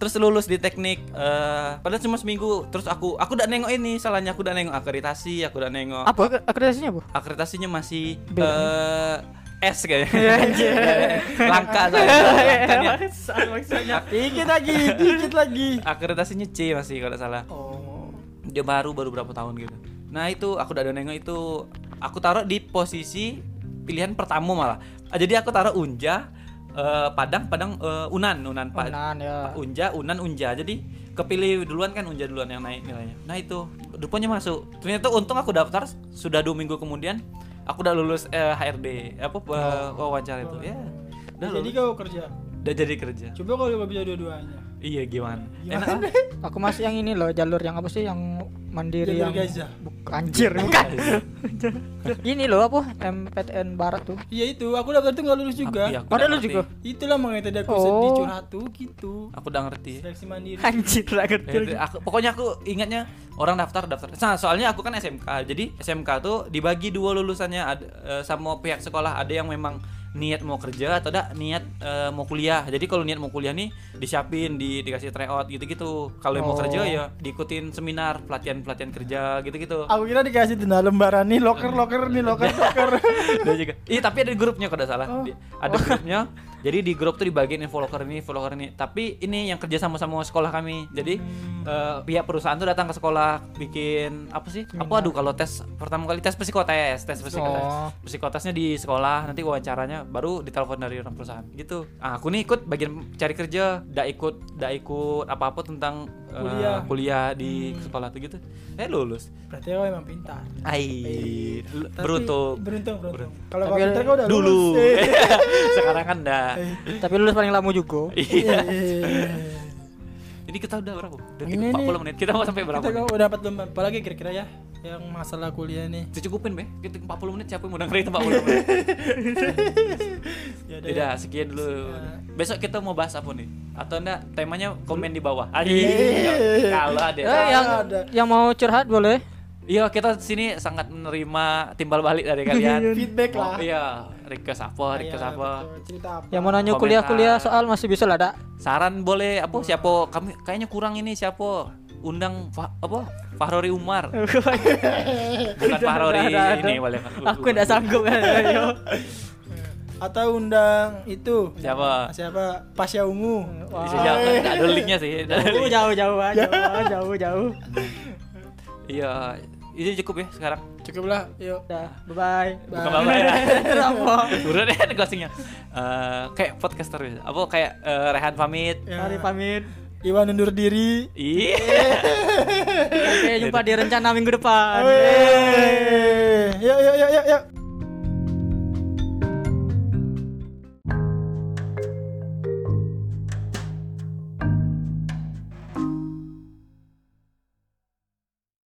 Speaker 1: terus lulus di teknik eh, padahal cuma seminggu terus aku aku udah nengok ini salahnya aku udah nengok akreditasi aku udah nengok
Speaker 2: Apa ak- akreditasinya, Bu?
Speaker 1: akreditasinya masih
Speaker 2: Beda.
Speaker 1: eh, S kayaknya langka saya langka ya.
Speaker 2: maksudnya.
Speaker 3: dikit lagi dikit lagi
Speaker 1: (laughs) akreditasinya C masih kalau nggak salah
Speaker 3: oh
Speaker 1: dia baru baru berapa tahun gitu nah itu aku udah ada nengok itu aku taruh di posisi pilihan pertama malah Ah, jadi aku taruh Unja eh, Padang Padang eh, Unan Unan Pak
Speaker 2: Unan ya.
Speaker 1: Pak Unja Unan Unja jadi kepilih duluan kan Unja duluan yang naik nilainya nah itu rupanya masuk ternyata untung aku daftar sudah dua minggu kemudian aku udah lulus eh, HRD apa eh, wawancara itu ya udah
Speaker 3: jadi
Speaker 1: lulus.
Speaker 3: kau kerja
Speaker 1: udah jadi kerja
Speaker 3: coba kalau nggak bisa dua-duanya
Speaker 1: iya gimana,
Speaker 3: Gimana?
Speaker 1: Enak, ah?
Speaker 2: Aku masih yang ini loh, jalur yang apa sih yang mandiri yang
Speaker 3: Jalur Gaza.
Speaker 2: Buk- anjir bukan. ini loh apa MPTN Barat tuh.
Speaker 3: Iya itu, aku daftar itu nggak lulus juga.
Speaker 1: Iya, aku udah
Speaker 2: Padahal lu
Speaker 1: ngerti.
Speaker 2: (laughs) juga.
Speaker 3: Itulah makanya tadi aku
Speaker 2: Oh.
Speaker 3: sedih curhat tuh gitu.
Speaker 1: aku udah ngerti
Speaker 3: Seleksi mandiri.
Speaker 2: Anjir lah
Speaker 1: Ya, itu aku, pokoknya aku ingatnya orang daftar daftar. Nah, soalnya aku kan SMK. Jadi SMK tuh dibagi dua lulusannya ada, eh, sama pihak sekolah. Ada yang memang niat mau kerja atau enggak niat eh, mau kuliah jadi kalau niat mau kuliah nih disiapin di dikasih tryout gitu-gitu kalau yang mau
Speaker 3: Oh.
Speaker 1: kerja ya diikutin seminar pelatihan pelatihan kerja gitu-gitu
Speaker 3: Aku kira dikasih denda lembaran nih loker loker nih loker loker.
Speaker 1: (laughs) Dia juga. Ih, tapi ada grupnya kalau nggak salah.
Speaker 3: Oh.
Speaker 1: Di- Ada grupnya. Jadi di grup tuh dibagiin info loker ini, info loker ini. Tapi ini yang kerja sama sama sekolah kami. Jadi eh, pihak perusahaan tuh datang ke sekolah bikin apa sih? Aku aduh kalau tes pertama kali tes psikotes, tes psikotes.
Speaker 3: Oh.
Speaker 1: Psikotesnya di sekolah, nanti wawancaranya baru ditelepon dari orang perusahaan. Gitu. Ah, aku nih ikut bagian cari kerja, nggak ikut nggak ikut apa-apa tentang eh,
Speaker 3: Kuliah.
Speaker 1: kuliah di sekolah tuh gitu. Eh lulus.
Speaker 3: Berarti kau emang pintar.
Speaker 1: Ai, lu-
Speaker 3: Tapi-
Speaker 1: beruntung.
Speaker 3: Beruntung beruntung. Kalau kau
Speaker 2: Tapi-
Speaker 3: pintar kau udah
Speaker 1: dulu (laughs)
Speaker 3: lulus. Eh.
Speaker 1: sekarang kan dah
Speaker 2: Tapi lulus paling lama juga.
Speaker 1: iya
Speaker 3: Iya.
Speaker 1: jadi kita udah berapa udah
Speaker 3: Ini nih.
Speaker 1: 40 menit kita mau sampai berapa
Speaker 3: Kita
Speaker 1: nih?
Speaker 3: kau udah dapat lomba apalagi kira-kira ya yang masalah kuliah nih.
Speaker 1: secukupin be kita 40 menit siapa yang mau dengerin 40 menit
Speaker 3: (laughs) Ya udah, ya.
Speaker 1: udah sekian dulu besok kita mau bahas apa nih atau enggak temanya komen di bawah
Speaker 3: Iya.
Speaker 1: Aji kalau ada
Speaker 2: Eh, yang
Speaker 3: ada.
Speaker 2: yang mau curhat boleh.
Speaker 1: Iya kita sini sangat menerima timbal balik dari kalian
Speaker 3: (laughs) Feedback lah.
Speaker 1: Oh, iya request apa request
Speaker 3: Iya,
Speaker 1: apa
Speaker 3: betul. Cerita apa?
Speaker 2: Yang mau nanya
Speaker 1: Komentar.
Speaker 2: kuliah-kuliah soal masih bisa lah, Dak.
Speaker 1: saran boleh
Speaker 2: Oh.
Speaker 1: apa siapa kami kayaknya kurang ini siapa undang Fa- apa Fahrori
Speaker 2: (laughs)
Speaker 1: Umar bukan Fahrori
Speaker 2: udah, udah.
Speaker 1: ini boleh
Speaker 2: Aku enggak (laughs) sanggup ya. yo.
Speaker 3: Atau undang itu
Speaker 1: siapa
Speaker 3: siapa? Pasya Ungu.
Speaker 2: Wah.
Speaker 1: bisa siapa nggak ada linknya sih Nggak ada
Speaker 2: Jauh
Speaker 1: link.
Speaker 2: jauh jauh ah, jauh ah, jauh jauh.
Speaker 1: iya itu cukup ya sekarang
Speaker 3: Cukup lah, yuk.
Speaker 2: Dah, bye bye.
Speaker 1: bukan apa ya
Speaker 2: Kenapa?
Speaker 1: udah (laughs) deh ya, closingnya Eh, kayak podcaster ya. apa kayak eh, Rehan pamit
Speaker 3: Ya.
Speaker 2: Mari pamit.
Speaker 3: Iwan undur diri.
Speaker 1: iya
Speaker 2: Oke, jumpa di rencana minggu depan.
Speaker 3: Weh.